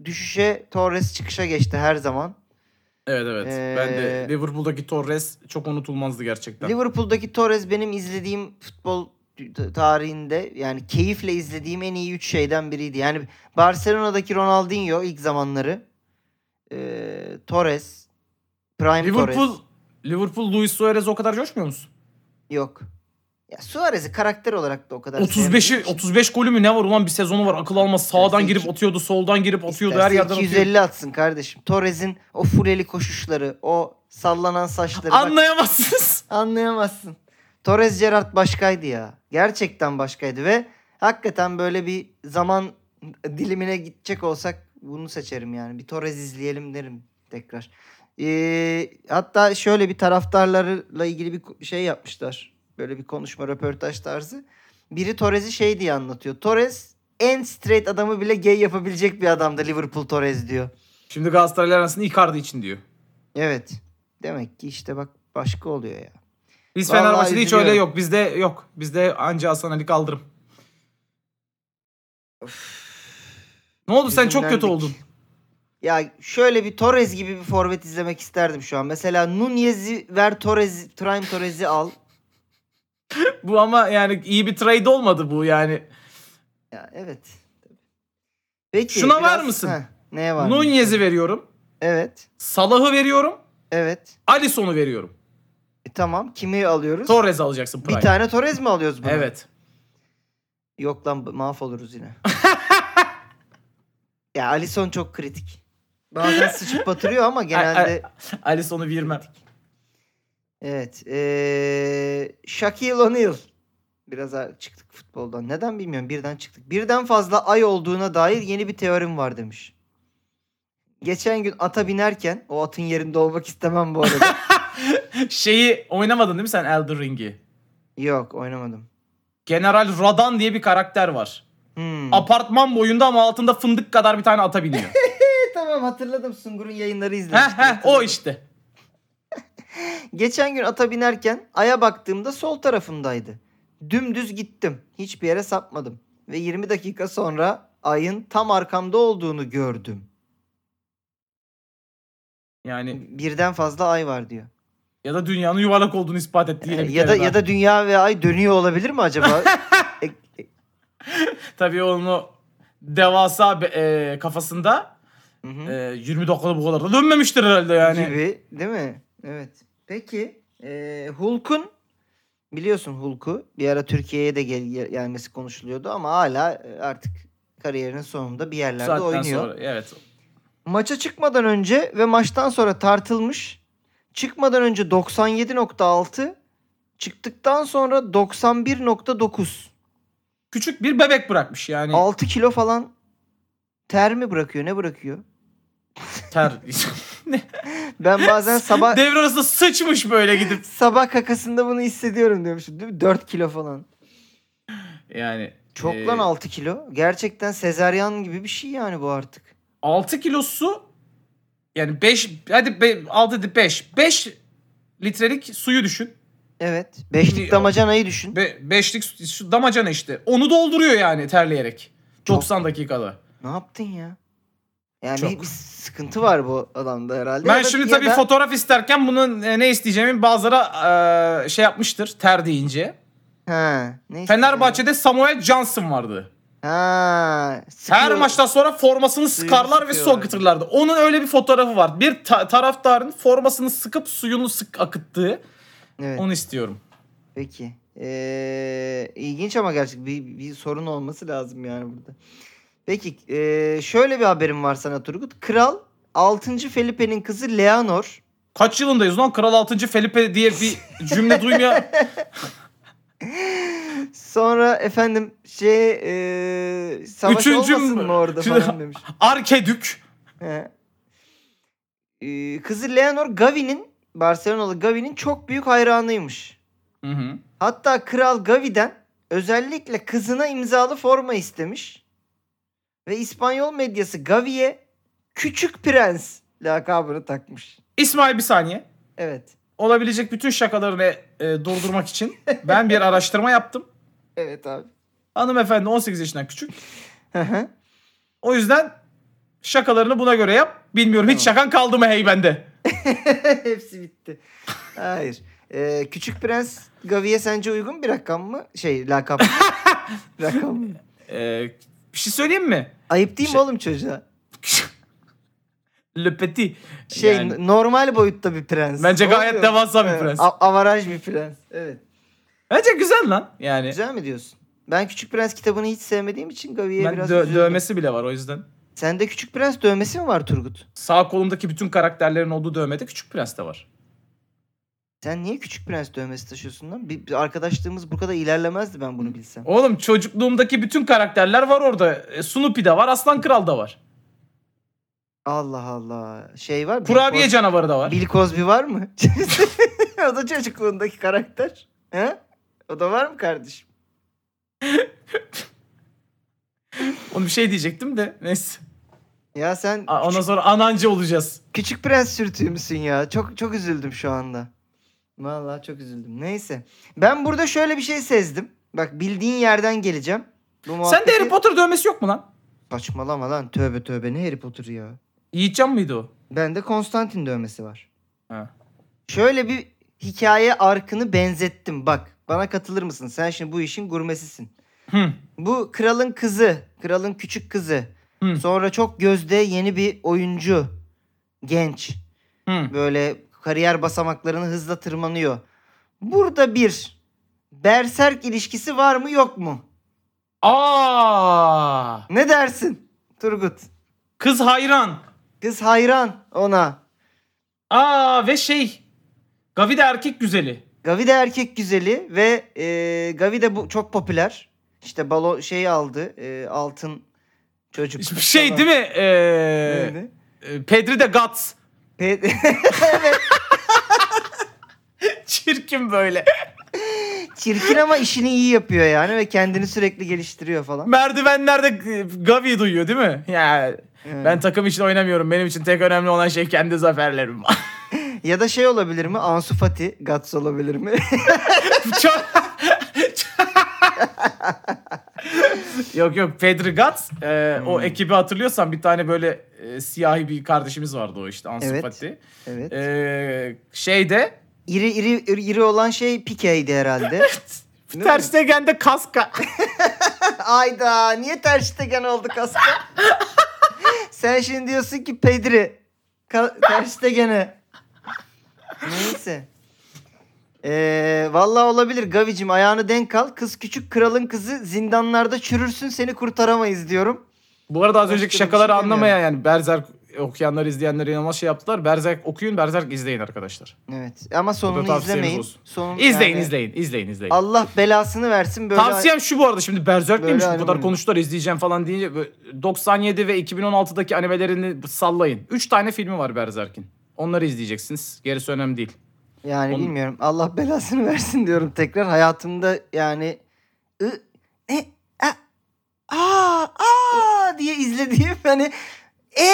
düşüşe Torres çıkışa geçti her zaman. Evet evet. Ben de Ee, Liverpool'daki Torres çok unutulmazdı gerçekten. Liverpool'daki Torres benim izlediğim futbol t- tarihinde yani keyifle izlediğim en iyi 3 şeyden biriydi. Yani Barcelona'daki Ronaldinho ilk zamanları ee, Torres Prime Liverpool Torres Liverpool Luis Suarez o kadar coşmuyor musun? yok. Ya Suarez'i karakter olarak da o kadar 35'i sevmediğim için- 35 golü mü ne var ulan bir sezonu var. Akıl almaz. Sağdan İsterse girip iki- atıyordu, soldan girip atıyordu, her İsterse yerden atıyordu. 250 atsın kardeşim. Torres'in o fuleli koşuşları, o sallanan saçları. bak, Anlayamazsınız. anlayamazsın. Torres Gerrard başkaydı ya. Gerçekten başkaydı ve hakikaten böyle bir zaman dilimine gidecek olsak bunu seçerim yani. Bir Torres izleyelim derim tekrar. Ee, hatta şöyle bir taraftarlarla ilgili bir ko- şey yapmışlar. Böyle bir konuşma röportaj tarzı. Biri Torres'i şey diye anlatıyor. Torres en straight adamı bile gay yapabilecek bir adamdı Liverpool Torres diyor. Şimdi Galatasaraylar arasında Icardi için diyor. Evet. Demek ki işte bak başka oluyor ya. Biz Vallahi Fenerbahçe'de hiç öyle üzülüyorum. yok. Bizde yok. Bizde anca Hasan Ali Kaldırım. Ne oldu sen çok kötü Hüzünlendik. oldun. Ya şöyle bir Torres gibi bir forvet izlemek isterdim şu an. Mesela Nunez'i ver Torres, Prime Torres'i al. Bu ama yani iyi bir trade olmadı bu yani. Ya evet. Peki. Şuna var mısın? Heh, neye var? mısın? Nunez'i veriyorum. Evet. Salah'ı veriyorum. Evet. Alisson'u veriyorum. E, tamam. Kimi alıyoruz? Torres alacaksın bir Prime. tane Torres mi alıyoruz bunu? Evet. Yok lan mahvoluruz yine. ya Alisson çok kritik. Bazen sıçıp batırıyor ama genelde Alisson'u vermem. evet. Ee, Shaquille O'Neal. Biraz daha çıktık futboldan. Neden bilmiyorum birden çıktık. Birden fazla ay olduğuna dair yeni bir teorim var demiş. Geçen gün ata binerken o atın yerinde olmak istemem bu arada. Şeyi oynamadın değil mi sen Elden Ring'i? Yok oynamadım. General Radan diye bir karakter var. Hmm. Apartman boyunda ama altında fındık kadar bir tane ata biniyor. E, tamam hatırladım Sungur'un yayınları heh izlemiştim. heh o hatırladım. işte. Geçen gün ata binerken aya baktığımda sol tarafımdaydı. Dümdüz gittim. Hiçbir yere sapmadım. Ve 20 dakika sonra ayın tam arkamda olduğunu gördüm. Yani Birden fazla ay var diyor. ya da dünyanın yuvarlak olduğunu ispat etti yine bir ya da kere daha. ya da dünya ve ay dönüyor olabilir mi acaba? E, e, Tabii onu devasa be- e, kafasında hı e, hı. 20 dakikada bu kadar da dönmemiştir herhalde yani. gibi değil mi? Evet. Peki e, Hulk'un biliyorsun Hulk'u bir ara Türkiye'ye de gel, gel- gelmesi konuşuluyordu ama hala e, artık kariyerinin sonunda bir Bu yerlerde saatten oynuyor. sonra evet. Maça çıkmadan önce ve maçtan sonra tartılmış. Çıkmadan önce 97.6, çıktıktan sonra 91.9. Küçük bir bebek bırakmış yani. 6 kilo falan ter mi bırakıyor, ne bırakıyor? Ter. Ben bazen sabah Devre arasında sıçmış böyle gidip. sabah kakasında bunu hissediyorum diyormuşum değil mi? 4 kilo falan. Yani. Çok e, lan 6 kilo. Gerçekten sezaryen gibi bir şey yani bu artık. 6 kilosu yani 5 hadi be, 6 dedi 5. 5 litrelik suyu düşün. Evet. Beşlik Şimdi- damacanayı düşün. Be, beşlik su- şu damacana işte. Onu dolduruyor yani terleyerek. Çok. 90 dakikada. Ne yaptın ya? Yani Çok. bir sıkıntı var bu adamda herhalde. Ben Ya da- şimdi ya tabii da- fotoğraf isterken bunun e, ne isteyeceğimi bazıları e, şey yapmıştır ter deyince. Ha, neyse. Fenerbahçe'de Samuel Johnson vardı. Ha. Her sıkıyor. maçtan sonra formasını Suyunu sıkarlar ve su sıkıyorlar. akıtırlardı. Onun öyle bir fotoğrafı var. Bir ta- taraftarın formasını sıkıp suyunu sık akıttığı. Evet. Onu istiyorum. Peki. Ee, ilginç ama gerçek bir, bir sorun olması lazım yani burada. Peki ee, şöyle bir haberim var sana Turgut. Kral 6. Felipe'nin kızı Leonor. Kaç yılındayız lan? Kral 6. Felipe diye bir cümle duymaya... Sonra efendim şey ee, savaş Üçüncü olmasın mü- mı orada Üçüncü- falan demiş. Arkedük. He. Ee, kızı Leonor Gavi'nin Barcelona'lı Gavi'nin çok büyük hayranıymış. Hı hı. Hatta Kral Gavi'den özellikle kızına imzalı forma istemiş. Ve İspanyol medyası Gavi'ye Küçük Prens lakabını takmış. İsmail bir saniye. Evet. Olabilecek bütün şakalarını e, durdurmak için ben bir araştırma yaptım. Evet abi. Hanımefendi 18 yaşından küçük. Hı hı. O yüzden şakalarını buna göre yap. Bilmiyorum hiç şakan kaldı mı hey bende? Hepsi bitti. Hayır. Ee, Küçük Prens Gavi'ye sence uygun bir rakam mı? Şey lakap. rakam mı? Ee, bir şey söyleyeyim mi? Ayıp değil mi Şey- oğlum çocuğa? Le Petit. Şey Yani- n- normal boyutta bir prens. Bence gayet Olmuyor. devasa bir Evet, prens. a- avaraj bir prens. Evet. Bence güzel lan. Yani Güzel mi diyorsun? Ben Küçük Prens kitabını hiç sevmediğim için Gavi'ye ben biraz dö- üzüldüm. dövmesi bile var o yüzden. Sende Küçük Prens dövmesi mi var Turgut? Sağ kolumdaki bütün karakterlerin olduğu dövmede Küçük Prens de var. Sen niye Küçük Prens dövmesi taşıyorsun lan? Bir, bir arkadaşlığımız bu kadar ilerlemezdi ben bunu bilsem. Oğlum çocukluğumdaki bütün karakterler var orada. E, Snoopy de var, Aslan Kral da var. Allah Allah. Şey var. Bill Kurabiye Cos- canavarı da var. Bill Cosby var mı? o da çocukluğundaki karakter. He? O da var mı kardeşim? Onu bir şey diyecektim de neyse. Ya sen A- Ondan sonra anancı olacağız. Küçük Prens sürtüğü müsün ya? Çok çok üzüldüm şu anda. Vallahi çok üzüldüm. Neyse. Ben burada şöyle bir şey sezdim. Bak bildiğin yerden geleceğim. Bu Sen de muhabbeti- Harry Potter dövmesi yok mu lan? Saçmalama lan. Tövbe tövbe ne Harry Potter ya. Yiğitcan mıydı o? Bende Konstantin dövmesi var. Ha. Şöyle bir hikaye arkını benzettim. Bak bana katılır mısın? Sen şimdi bu işin gurmesisin. Hı. Bu kralın kızı, kralın küçük kızı. Hı. Sonra çok gözde yeni bir oyuncu. Genç. Hı. Böyle kariyer basamaklarını hızla tırmanıyor. Burada bir berserk ilişkisi var mı yok mu? Aa! Ne dersin Turgut? Kız hayran. Kız hayran ona. Aa ve şey. Gavi de erkek güzeli. Gavi de erkek güzeli ve e, Gavi de bu çok popüler. İşte balo şey aldı e, altın çocuk. Bir şey değil mi? Ee, Neydi? e, Pedri de Guts. Pe- Çirkin böyle. Çirkin ama işini iyi yapıyor yani ve kendini sürekli geliştiriyor falan. Merdivenlerde e, Gavi duyuyor değil mi? Ya Evet. ben takım için oynamıyorum. Benim için tek önemli olan şey kendi zaferlerim. Ya da şey olabilir mi? Ansu Fati Gats olabilir mi? Çok... yok yok Pedri Guts e, Hmm. o ekibi hatırlıyorsan bir tane böyle e, siyahi bir kardeşimiz vardı o işte Ansu Evet. Fati. evet. E, şeyde İri iri iri, iri olan şey Pike'ydi herhalde. mi? Ter Stegen'de kaska. Ayda niye ters Stegen oldu kaska? Sen şimdi diyorsun ki Pedri ka- ters Stegen'e. Neyse. Ee, vallahi olabilir Gavicim ayağını denk al. Kız küçük kralın kızı zindanlarda çürürsün seni kurtaramayız diyorum. Bu arada az Başka önceki bir şey şakaları demiyorum. anlamaya yani Berserk okuyanlar izleyenler inanılmaz şey yaptılar. Berserk okuyun Berserk izleyin arkadaşlar. Evet ama sonunu tavsiyemiz izlemeyin. olsun. Sonunu İzleyin yani izleyin izleyin izleyin. Allah belasını versin böyle. Tavsiyem şu bu arada şimdi Berserk Böyle demiş bu kadar ayrılmayın. konuştular izleyeceğim falan deyince böyle 97 ve 2016'daki animelerini sallayın. 3 tane filmi var Berserk'in. Onları izleyeceksiniz. Gerisi önemli değil. Yani Onun- bilmiyorum. Allah belasını versin diyorum tekrar. Hayatımda yani ı, e, a, aa, aa diye izlediğim hani e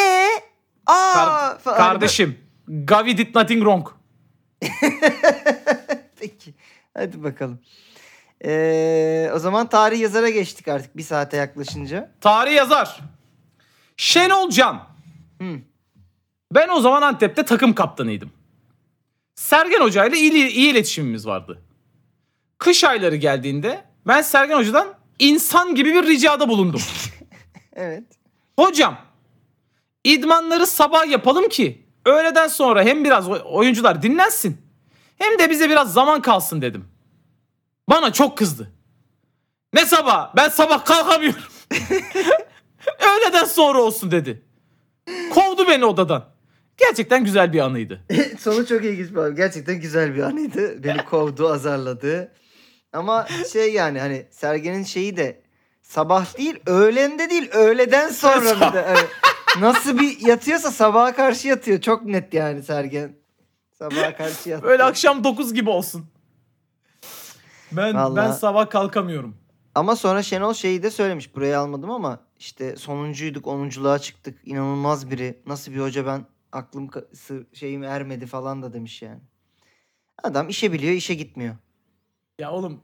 aa Kar- falan. Kardeşim Gavi did nothing wrong. Peki. Hadi bakalım. Ee, o zaman tarih yazara geçtik artık bir saate yaklaşınca. Tarih yazar. Şenol Can. Hı. Ben o zaman Antep'te takım kaptanıydım. Sergen Hoca ile iyi, iyi iletişimimiz vardı. Kış ayları geldiğinde ben Sergen Hoca'dan insan gibi bir ricada bulundum. Evet. Hocam idmanları sabah yapalım ki öğleden sonra hem biraz oy- oyuncular dinlensin hem de bize biraz zaman kalsın dedim. Bana çok kızdı. Ne sabah? Ben sabah kalkamıyorum. öğleden sonra olsun dedi. Kovdu beni odadan. Gerçekten güzel bir anıydı. Sonu çok ilginç bir abi. Gerçekten güzel bir anıydı. Beni kovdu, azarladı. Ama şey yani hani Sergen'in şeyi de sabah değil, öğlende değil, öğleden sonra bir de. Hani nasıl bir yatıyorsa sabaha karşı yatıyor. Çok net yani Sergen. Sabaha karşı yatıyor. Öyle akşam 9 gibi olsun. Ben ben Vallahi- sabah kalkamıyorum. Ama sonra Şenol şeyi de söylemiş. Burayı almadım ama işte sonuncuyduk, onunculuğa çıktık. İnanılmaz biri. Nasıl bir hoca ben aklım ka- sı- şeyim ermedi falan da demiş yani. Adam işe biliyor, işe gitmiyor. Ya oğlum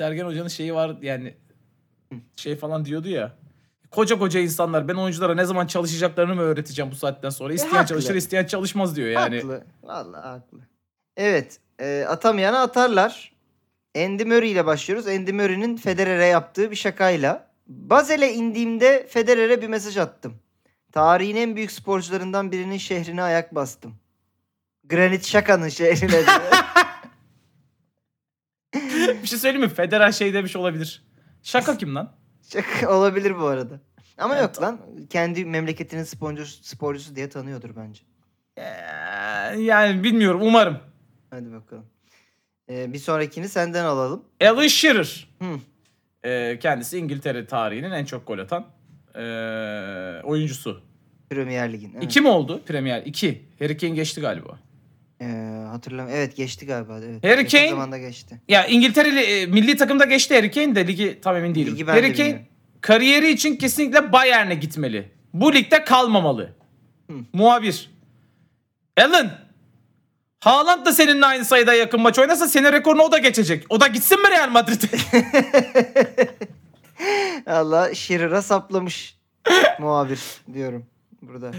Sergen Hoca'nın şeyi var yani şey falan diyordu ya. Koca koca insanlar ben oyunculara ne zaman çalışacaklarını mı öğreteceğim bu saatten sonra? İsteyen E, haklı. çalışır, isteyen çalışmaz diyor yani. Haklı. Vallahi haklı. Evet. E, atamayana atarlar. Andy Murray ile başlıyoruz. Andy Murray'nin Federer'e yaptığı bir şakayla. Bazel'e indiğimde Federer'e bir mesaj attım. Tarihin en büyük sporcularından birinin şehrine ayak bastım. Granit Şaka'nın şehrine. diyor. bir şey söyleyeyim mi? Federer şey demiş olabilir. Şaka kim lan? Şaka olabilir bu arada. Ama Evet. yok lan. Kendi memleketinin sporcusu, sporcusu diye tanıyordur bence. Ee, yani bilmiyorum umarım. Hadi bakalım. E, bir sonrakini senden alalım. Alan Shearer. Hı. Ee, kendisi İngiltere tarihinin en çok gol atan ee, oyuncusu. Premier Lig'in. evet. İki mi oldu Premier? İki. Harry Kane geçti galiba. Ee, hatırlam. Evet geçti galiba. Evet. Harry Yakın Kane- zamanda geçti. Ya İngiltere'li e, milli takımda geçti Harry Kane de ligi tam emin değilim. Ligi ben de Harry Kane bilmiyorum. kariyeri için kesinlikle Bayern'e gitmeli. Bu ligde kalmamalı. Hı. Muhabir. Alan. Haaland da seninle aynı sayıda yakın maç oynasa senin rekorunu o da geçecek. O da gitsin mi Real Madrid'e? Allah Shearer'a saplamış muhabir diyorum. burada.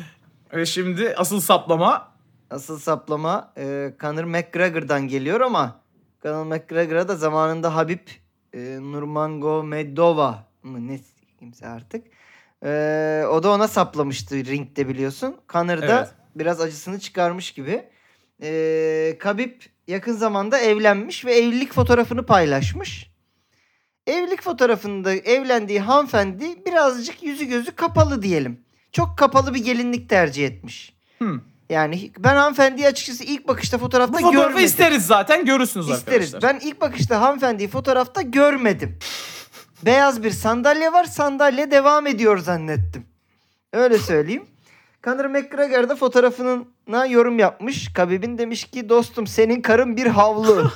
Ve şimdi asıl saplama Asıl saplama e, Conor McGregor'dan geliyor ama Conor McGregor'a da zamanında Habib e, Nurmagomedova mı ne kimse artık. E, o da ona saplamıştı ringde biliyorsun. Conor da Evet. biraz acısını çıkarmış gibi. E, Habib yakın zamanda evlenmiş ve evlilik fotoğrafını paylaşmış. Evlilik fotoğrafında evlendiği hanımefendi birazcık yüzü gözü kapalı diyelim. Çok kapalı bir gelinlik tercih etmiş. Hmm. Yani ben hanımefendiyi açıkçası ilk bakışta fotoğrafta bu fotoğrafı görmedim. isteriz zaten görürsünüz İsteriz. arkadaşlar. Ben ilk bakışta hanımefendiyi fotoğrafta görmedim. Beyaz bir sandalye var. Sandalye devam ediyor zannettim. Öyle söyleyeyim. Conor McGregor da fotoğrafına yorum yapmış. Kabibin demiş ki dostum senin karın bir havlu.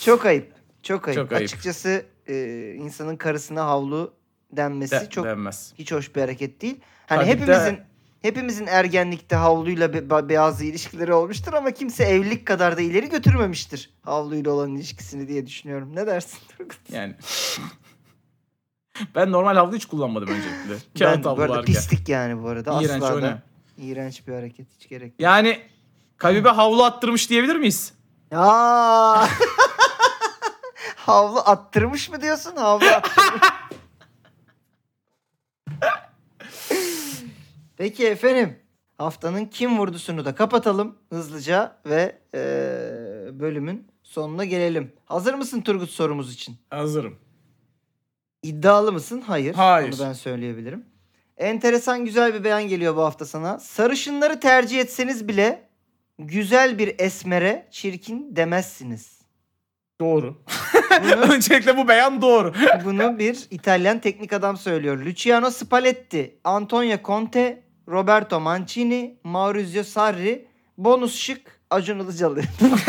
çok ayıp. Çok ayıp. Çok ayıp. Açıkçası e, insanın karısına havlu denmesi De- çok denmez. hiç hoş bir hareket değil. Hani Tabii de- hepimizin hepimizin ergenlikte havluyla be- be- beyazlı ilişkileri olmuştur ama kimse evlilik kadar da ileri götürmemiştir havluyla olan ilişkisini diye düşünüyorum. Ne dersin Turgut? Yani ben normal havlu hiç kullanmadım öncelikle. Ben Kağıt bu havlu arada varken. pislik yani bu arada. İğrenç Asla o da ne? iğrenç bir hareket hiç gerek yok. Yani Kabibe havlu attırmış diyebilir miyiz? Aa! havlu attırmış mı diyorsun? Havlu attırmış. Peki efendim. Haftanın kim vurdusunu da kapatalım hızlıca ve eee, bölümün sonuna gelelim. Hazır mısın Turgut sorumuz için? Hazırım. İddialı mısın? Hayır. Hayır. Onu ben söyleyebilirim. Enteresan güzel bir beyan geliyor bu hafta sana. Sarışınları tercih etseniz bile güzel bir esmere çirkin demezsiniz. Doğru. Bunu öncelikle bu beyan doğru. Bunu bir İtalyan teknik adam söylüyor. Luciano Spalletti, Antonio Conte, Roberto Mancini, Maurizio Sarri, bonus şık Acun Ilıcalı. Mehmet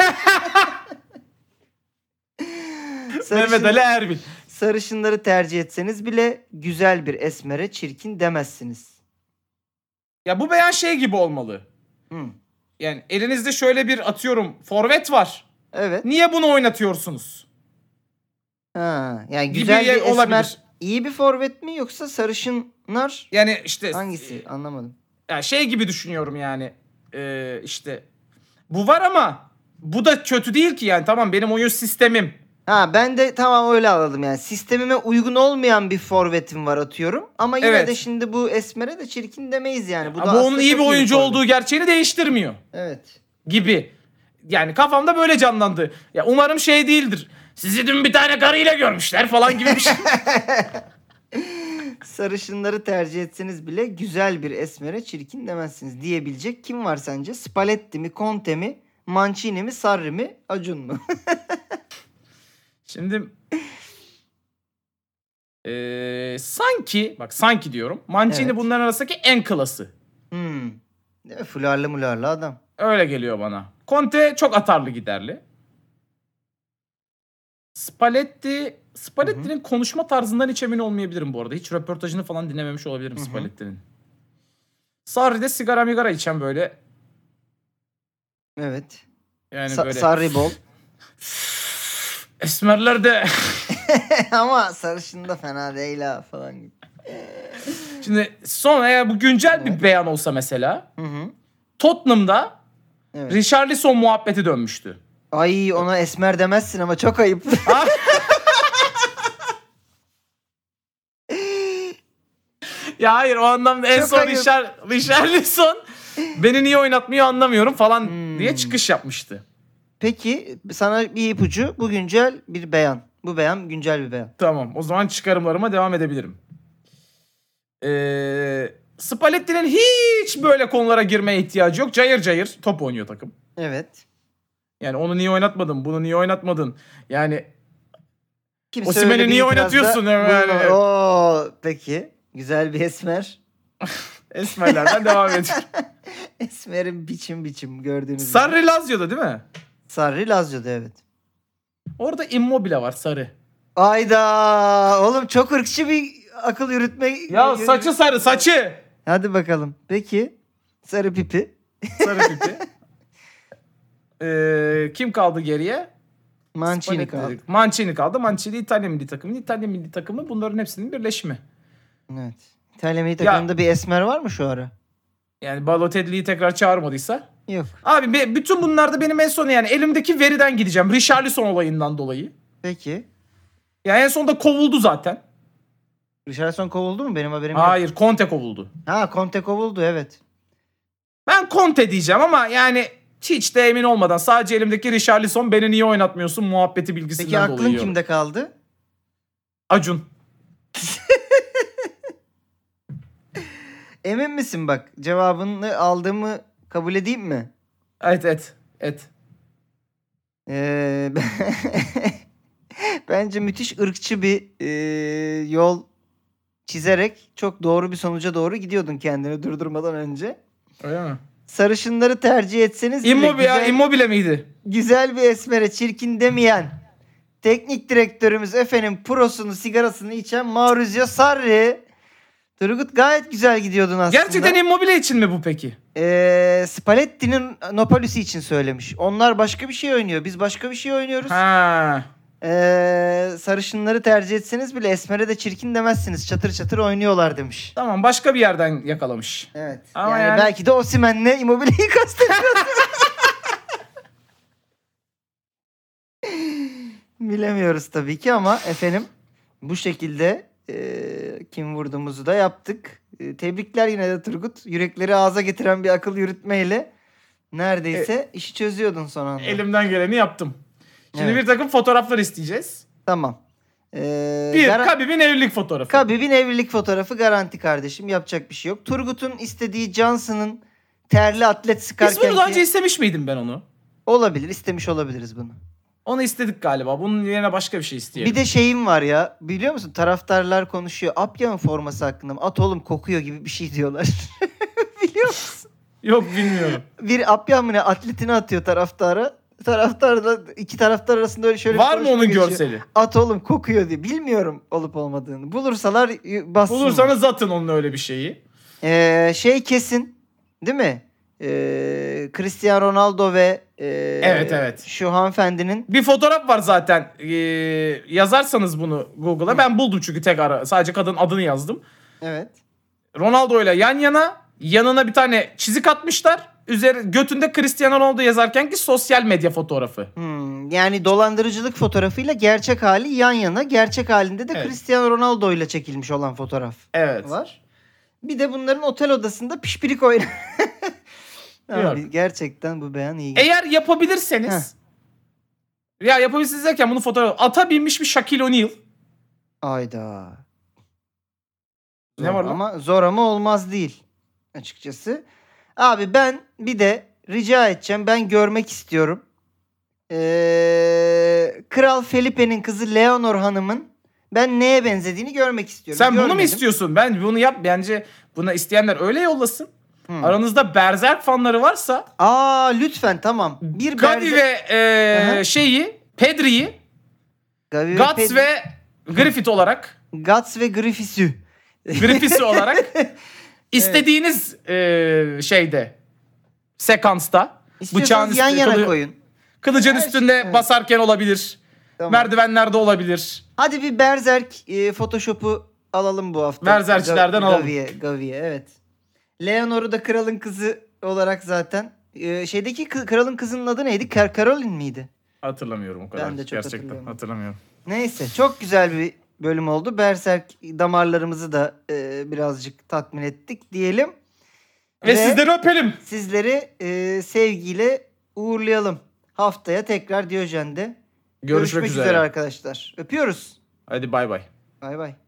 Sarışın- Ali Erbil. sarışınları tercih etseniz bile güzel bir esmere çirkin demezsiniz. Ya bu beyan şey gibi olmalı. Hı. Yani elinizde şöyle bir atıyorum forvet var. Evet. Niye bunu oynatıyorsunuz? Ha, yani Gibi güzel bir esmer olabilir. iyi bir forvet mi yoksa sarışınlar Yani işte hangisi? Anlamadım. Ya şey gibi düşünüyorum yani. Ee, işte bu var ama bu da kötü değil ki yani tamam benim oyun sistemim. Ha ben de tamam öyle anladım yani. Sistemime uygun olmayan bir forvetim var atıyorum. Ama yine Evet. de şimdi bu Esmer'e de çirkin demeyiz yani. Bu, da onun aslında iyi çok bir oyuncu forvet. olduğu gerçeğini değiştirmiyor Evet. gibi. Yani kafamda böyle canlandı. Ya umarım şey değildir. Sizi dün bir tane karıyla görmüşler falan gibi bir şey. Sarışınları tercih etseniz bile güzel bir Esmer'e çirkin demezsiniz diyebilecek kim var sence? Spalletti mi, Conte mi, Mancini mi, Sarri mi, Acun mu? Şimdi Ee, sanki bak sanki diyorum Mancini Evet. bunların arasındaki en klası. hmm. Değil mi? Fularlı mularlı adam. Öyle geliyor bana. Conte çok atarlı giderli. Spalletti Spalletti'nin konuşma tarzından hiç emin olmayabilirim bu arada. Hiç röportajını falan dinlememiş olabilirim Hı hı. Spalletti'nin. Sarri de sigara migara içen böyle Evet. yani Sa- böyle Sarri bol. esmerler de Ama sarışın da fena değil ha falan gibi. şimdi son eğer bu güncel bir beyan olsa mesela Hı hı. Tottenham'da Evet. Richarlison muhabbeti dönmüştü. Ay ona esmer demezsin ama çok ayıp. Ya hayır o anlamda en Çok son ayıp. Richar, Richarlison beni niye oynatmıyor anlamıyorum falan Hmm. diye çıkış yapmıştı. Peki sana bir ipucu. Bu güncel bir beyan. Bu beyan güncel bir beyan. Tamam o zaman çıkarımlarıma devam edebilirim. Ee, Spalletti'nin hiç böyle konulara girmeye ihtiyacı yok. Cayır cayır top oynuyor takım. Evet. Yani onu niye oynatmadın bunu niye oynatmadın. Yani Kimse Osimhen'i öyle bir niye itirazda oynatıyorsun hemen? bulunmadı. Oo, peki. Güzel bir esmer. esmerlerden devam ediyor. Esmerin biçim biçim gördüğünüz gibi. Sarri Lazio'da değil mi? Sarri Lazio'da evet. Orada Immobile var sarı. Ayda oğlum çok ırkçı bir akıl yürütme. Ya yürü- saçı sarı saçı. Hadi bakalım. Peki. Sarı pipi. Sarı pipi. Ee, kim kaldı geriye? Mancini Spalletti kaldı. dedik. Mancini kaldı. Mancini İtalya milli takımı. İtalya milli takımı bunların hepsinin birleşimi. Evet. İtalya milli takımında bir esmer var mı şu ara? Yani Balotelli'yi tekrar çağırmadıysa. Yok. Abi be- bütün bunlarda benim en son yani elimdeki veriden gideceğim. Richarlison olayından dolayı. Peki. Yani en sonunda kovuldu zaten. Richarlison kovuldu mu? Benim haberim yok. Hayır Conte kovuldu. Ha Conte kovuldu evet. Ben Conte diyeceğim ama yani hiç de emin olmadan sadece elimdeki Richarlison beni niye oynatmıyorsun muhabbeti bilgisinden Peki aklın dolayı. yiyorum. kimde kaldı? Acun. Emin misin bak cevabını aldığımı kabul edeyim mi? Evet et et. Ee, bence müthiş ırkçı bir e, yol çizerek çok doğru bir sonuca doğru gidiyordun kendini durdurmadan önce. Öyle mi? Sarışınları tercih etseniz bile Immobile, ya, güzel, Immobile miydi? güzel bir esmere çirkin demeyen teknik direktörümüz efendim prosunu sigarasını içen Maurizio Sarri. Turgut gayet güzel gidiyordun aslında. Gerçekten Immobile için mi bu peki? Ee, Spalletti'nin Napolis'i için söylemiş. Onlar başka bir şey oynuyor. Biz başka bir şey oynuyoruz. Ha. Ee, sarışınları tercih etseniz bile esmere de çirkin demezsiniz. Çatır çatır oynuyorlar demiş. Tamam başka bir yerden yakalamış. Evet. Ama yani, yani- belki de Osimhen'le Immobile'yi kastediyor. Bilemiyoruz tabii ki ama efendim bu şekilde e, kim vurduğumuzu da yaptık. E, tebrikler yine de Turgut. Yürekleri ağza getiren bir akıl yürütmeyle neredeyse E, işi çözüyordun son anda. Elimden geleni yaptım. Şimdi Evet. bir takım fotoğraflar isteyeceğiz. Tamam. Ee, Bir gara- Kabib'in evlilik fotoğrafı. Kabib'in evlilik fotoğrafı garanti kardeşim. Yapacak bir şey yok. Turgut'un istediği Johnson'ın terli atlet Biz sıkarken bunu daha önce istemiş miydim ben onu? olabilir. istemiş olabiliriz bunu. Onu istedik galiba. Bunun yerine başka bir şey isteyelim. Bir de şeyim var ya. Biliyor musun? Taraftarlar konuşuyor. Apya'nın forması hakkında mı? At oğlum kokuyor gibi bir şey diyorlar. biliyor musun? Yok bilmiyorum. Bir Apya mı ne atletini atıyor taraftara. Taraftar da iki taraftar arasında öyle şöyle bir Var mı konuşma onun geçiyor. görseli? At oğlum kokuyor diye. Bilmiyorum olup olmadığını. Bulursalar y- bassınlar. Bulursanız atın onun öyle bir şeyi. Ee, şey kesin değil mi? Ee, Cristiano Ronaldo ve ee, Evet, evet. şu hanımefendinin Bir fotoğraf var zaten. Ee, yazarsanız bunu Google'a. Ben buldum çünkü tek ara. Sadece kadın adını yazdım. evet Ronaldo ile yan yana. Yanına bir tane çizik atmışlar. Üzeri, götünde Cristiano Ronaldo yazarken ki sosyal medya fotoğrafı. Hmm, yani dolandırıcılık fotoğrafıyla gerçek hali yan yana gerçek halinde de Evet. Cristiano Ronaldo ile çekilmiş olan fotoğraf Evet. var. Bir de bunların otel odasında pişpirik oynar. Yok. Abi, gerçekten bu beyan iyi. Eğer yapabilirseniz. Ya yapabilirsiniz derken bunu fotoğraf. Ata binmiş bir Shaquille O'Neal. Ayda. Ne Zor var lan? ama zor ama olmaz değil açıkçası. Abi ben bir de rica edeceğim ben görmek istiyorum. Ee, Kral Felipe'nin kızı Leonor Hanım'ın ben neye benzediğini görmek istiyorum. Sen bunu mu Görmedim. istiyorsun? Ben bunu yap. Bence buna isteyenler öyle yollasın. Hmm. Aranızda Berserk fanları varsa Aa lütfen tamam. Bir Gavi Berze- ve Aha. e, şeyi, Pedri'yi, Gavi ve Gats Pedri- ve Griffith olarak, Guts ve Griffiths'ü. Griffiths'i olarak istediğiniz e, şeyde sekansta Bıçağın İstiyorsanız yan üstüne yana kılı- koyun. kılıcın Her şey- üstünde evet. basarken olabilir. Tamam. Merdivenlerde olabilir. Hadi bir Berserk e, Photoshop'u alalım bu hafta. Berserkçilerden Ga- alalım. Gavi'ye, Gavi'ye evet. Leonor'u da kralın kızı olarak zaten. E, şeydeki kı- kralın kızının adı neydi? Kar Karolin miydi? Hatırlamıyorum o kadar. Ben de çok Gerçekten hatırlamıyorum. hatırlamıyorum. Neyse çok güzel bir bölüm oldu. Berserk damarlarımızı da e, birazcık tatmin ettik diyelim. Ve, Ve- sizleri öpelim. Sizleri e, sevgiyle uğurlayalım. Haftaya tekrar Diyojen'de. Görüşmek, üzere. arkadaşlar. Öpüyoruz. Hadi bay bay. Bay bay.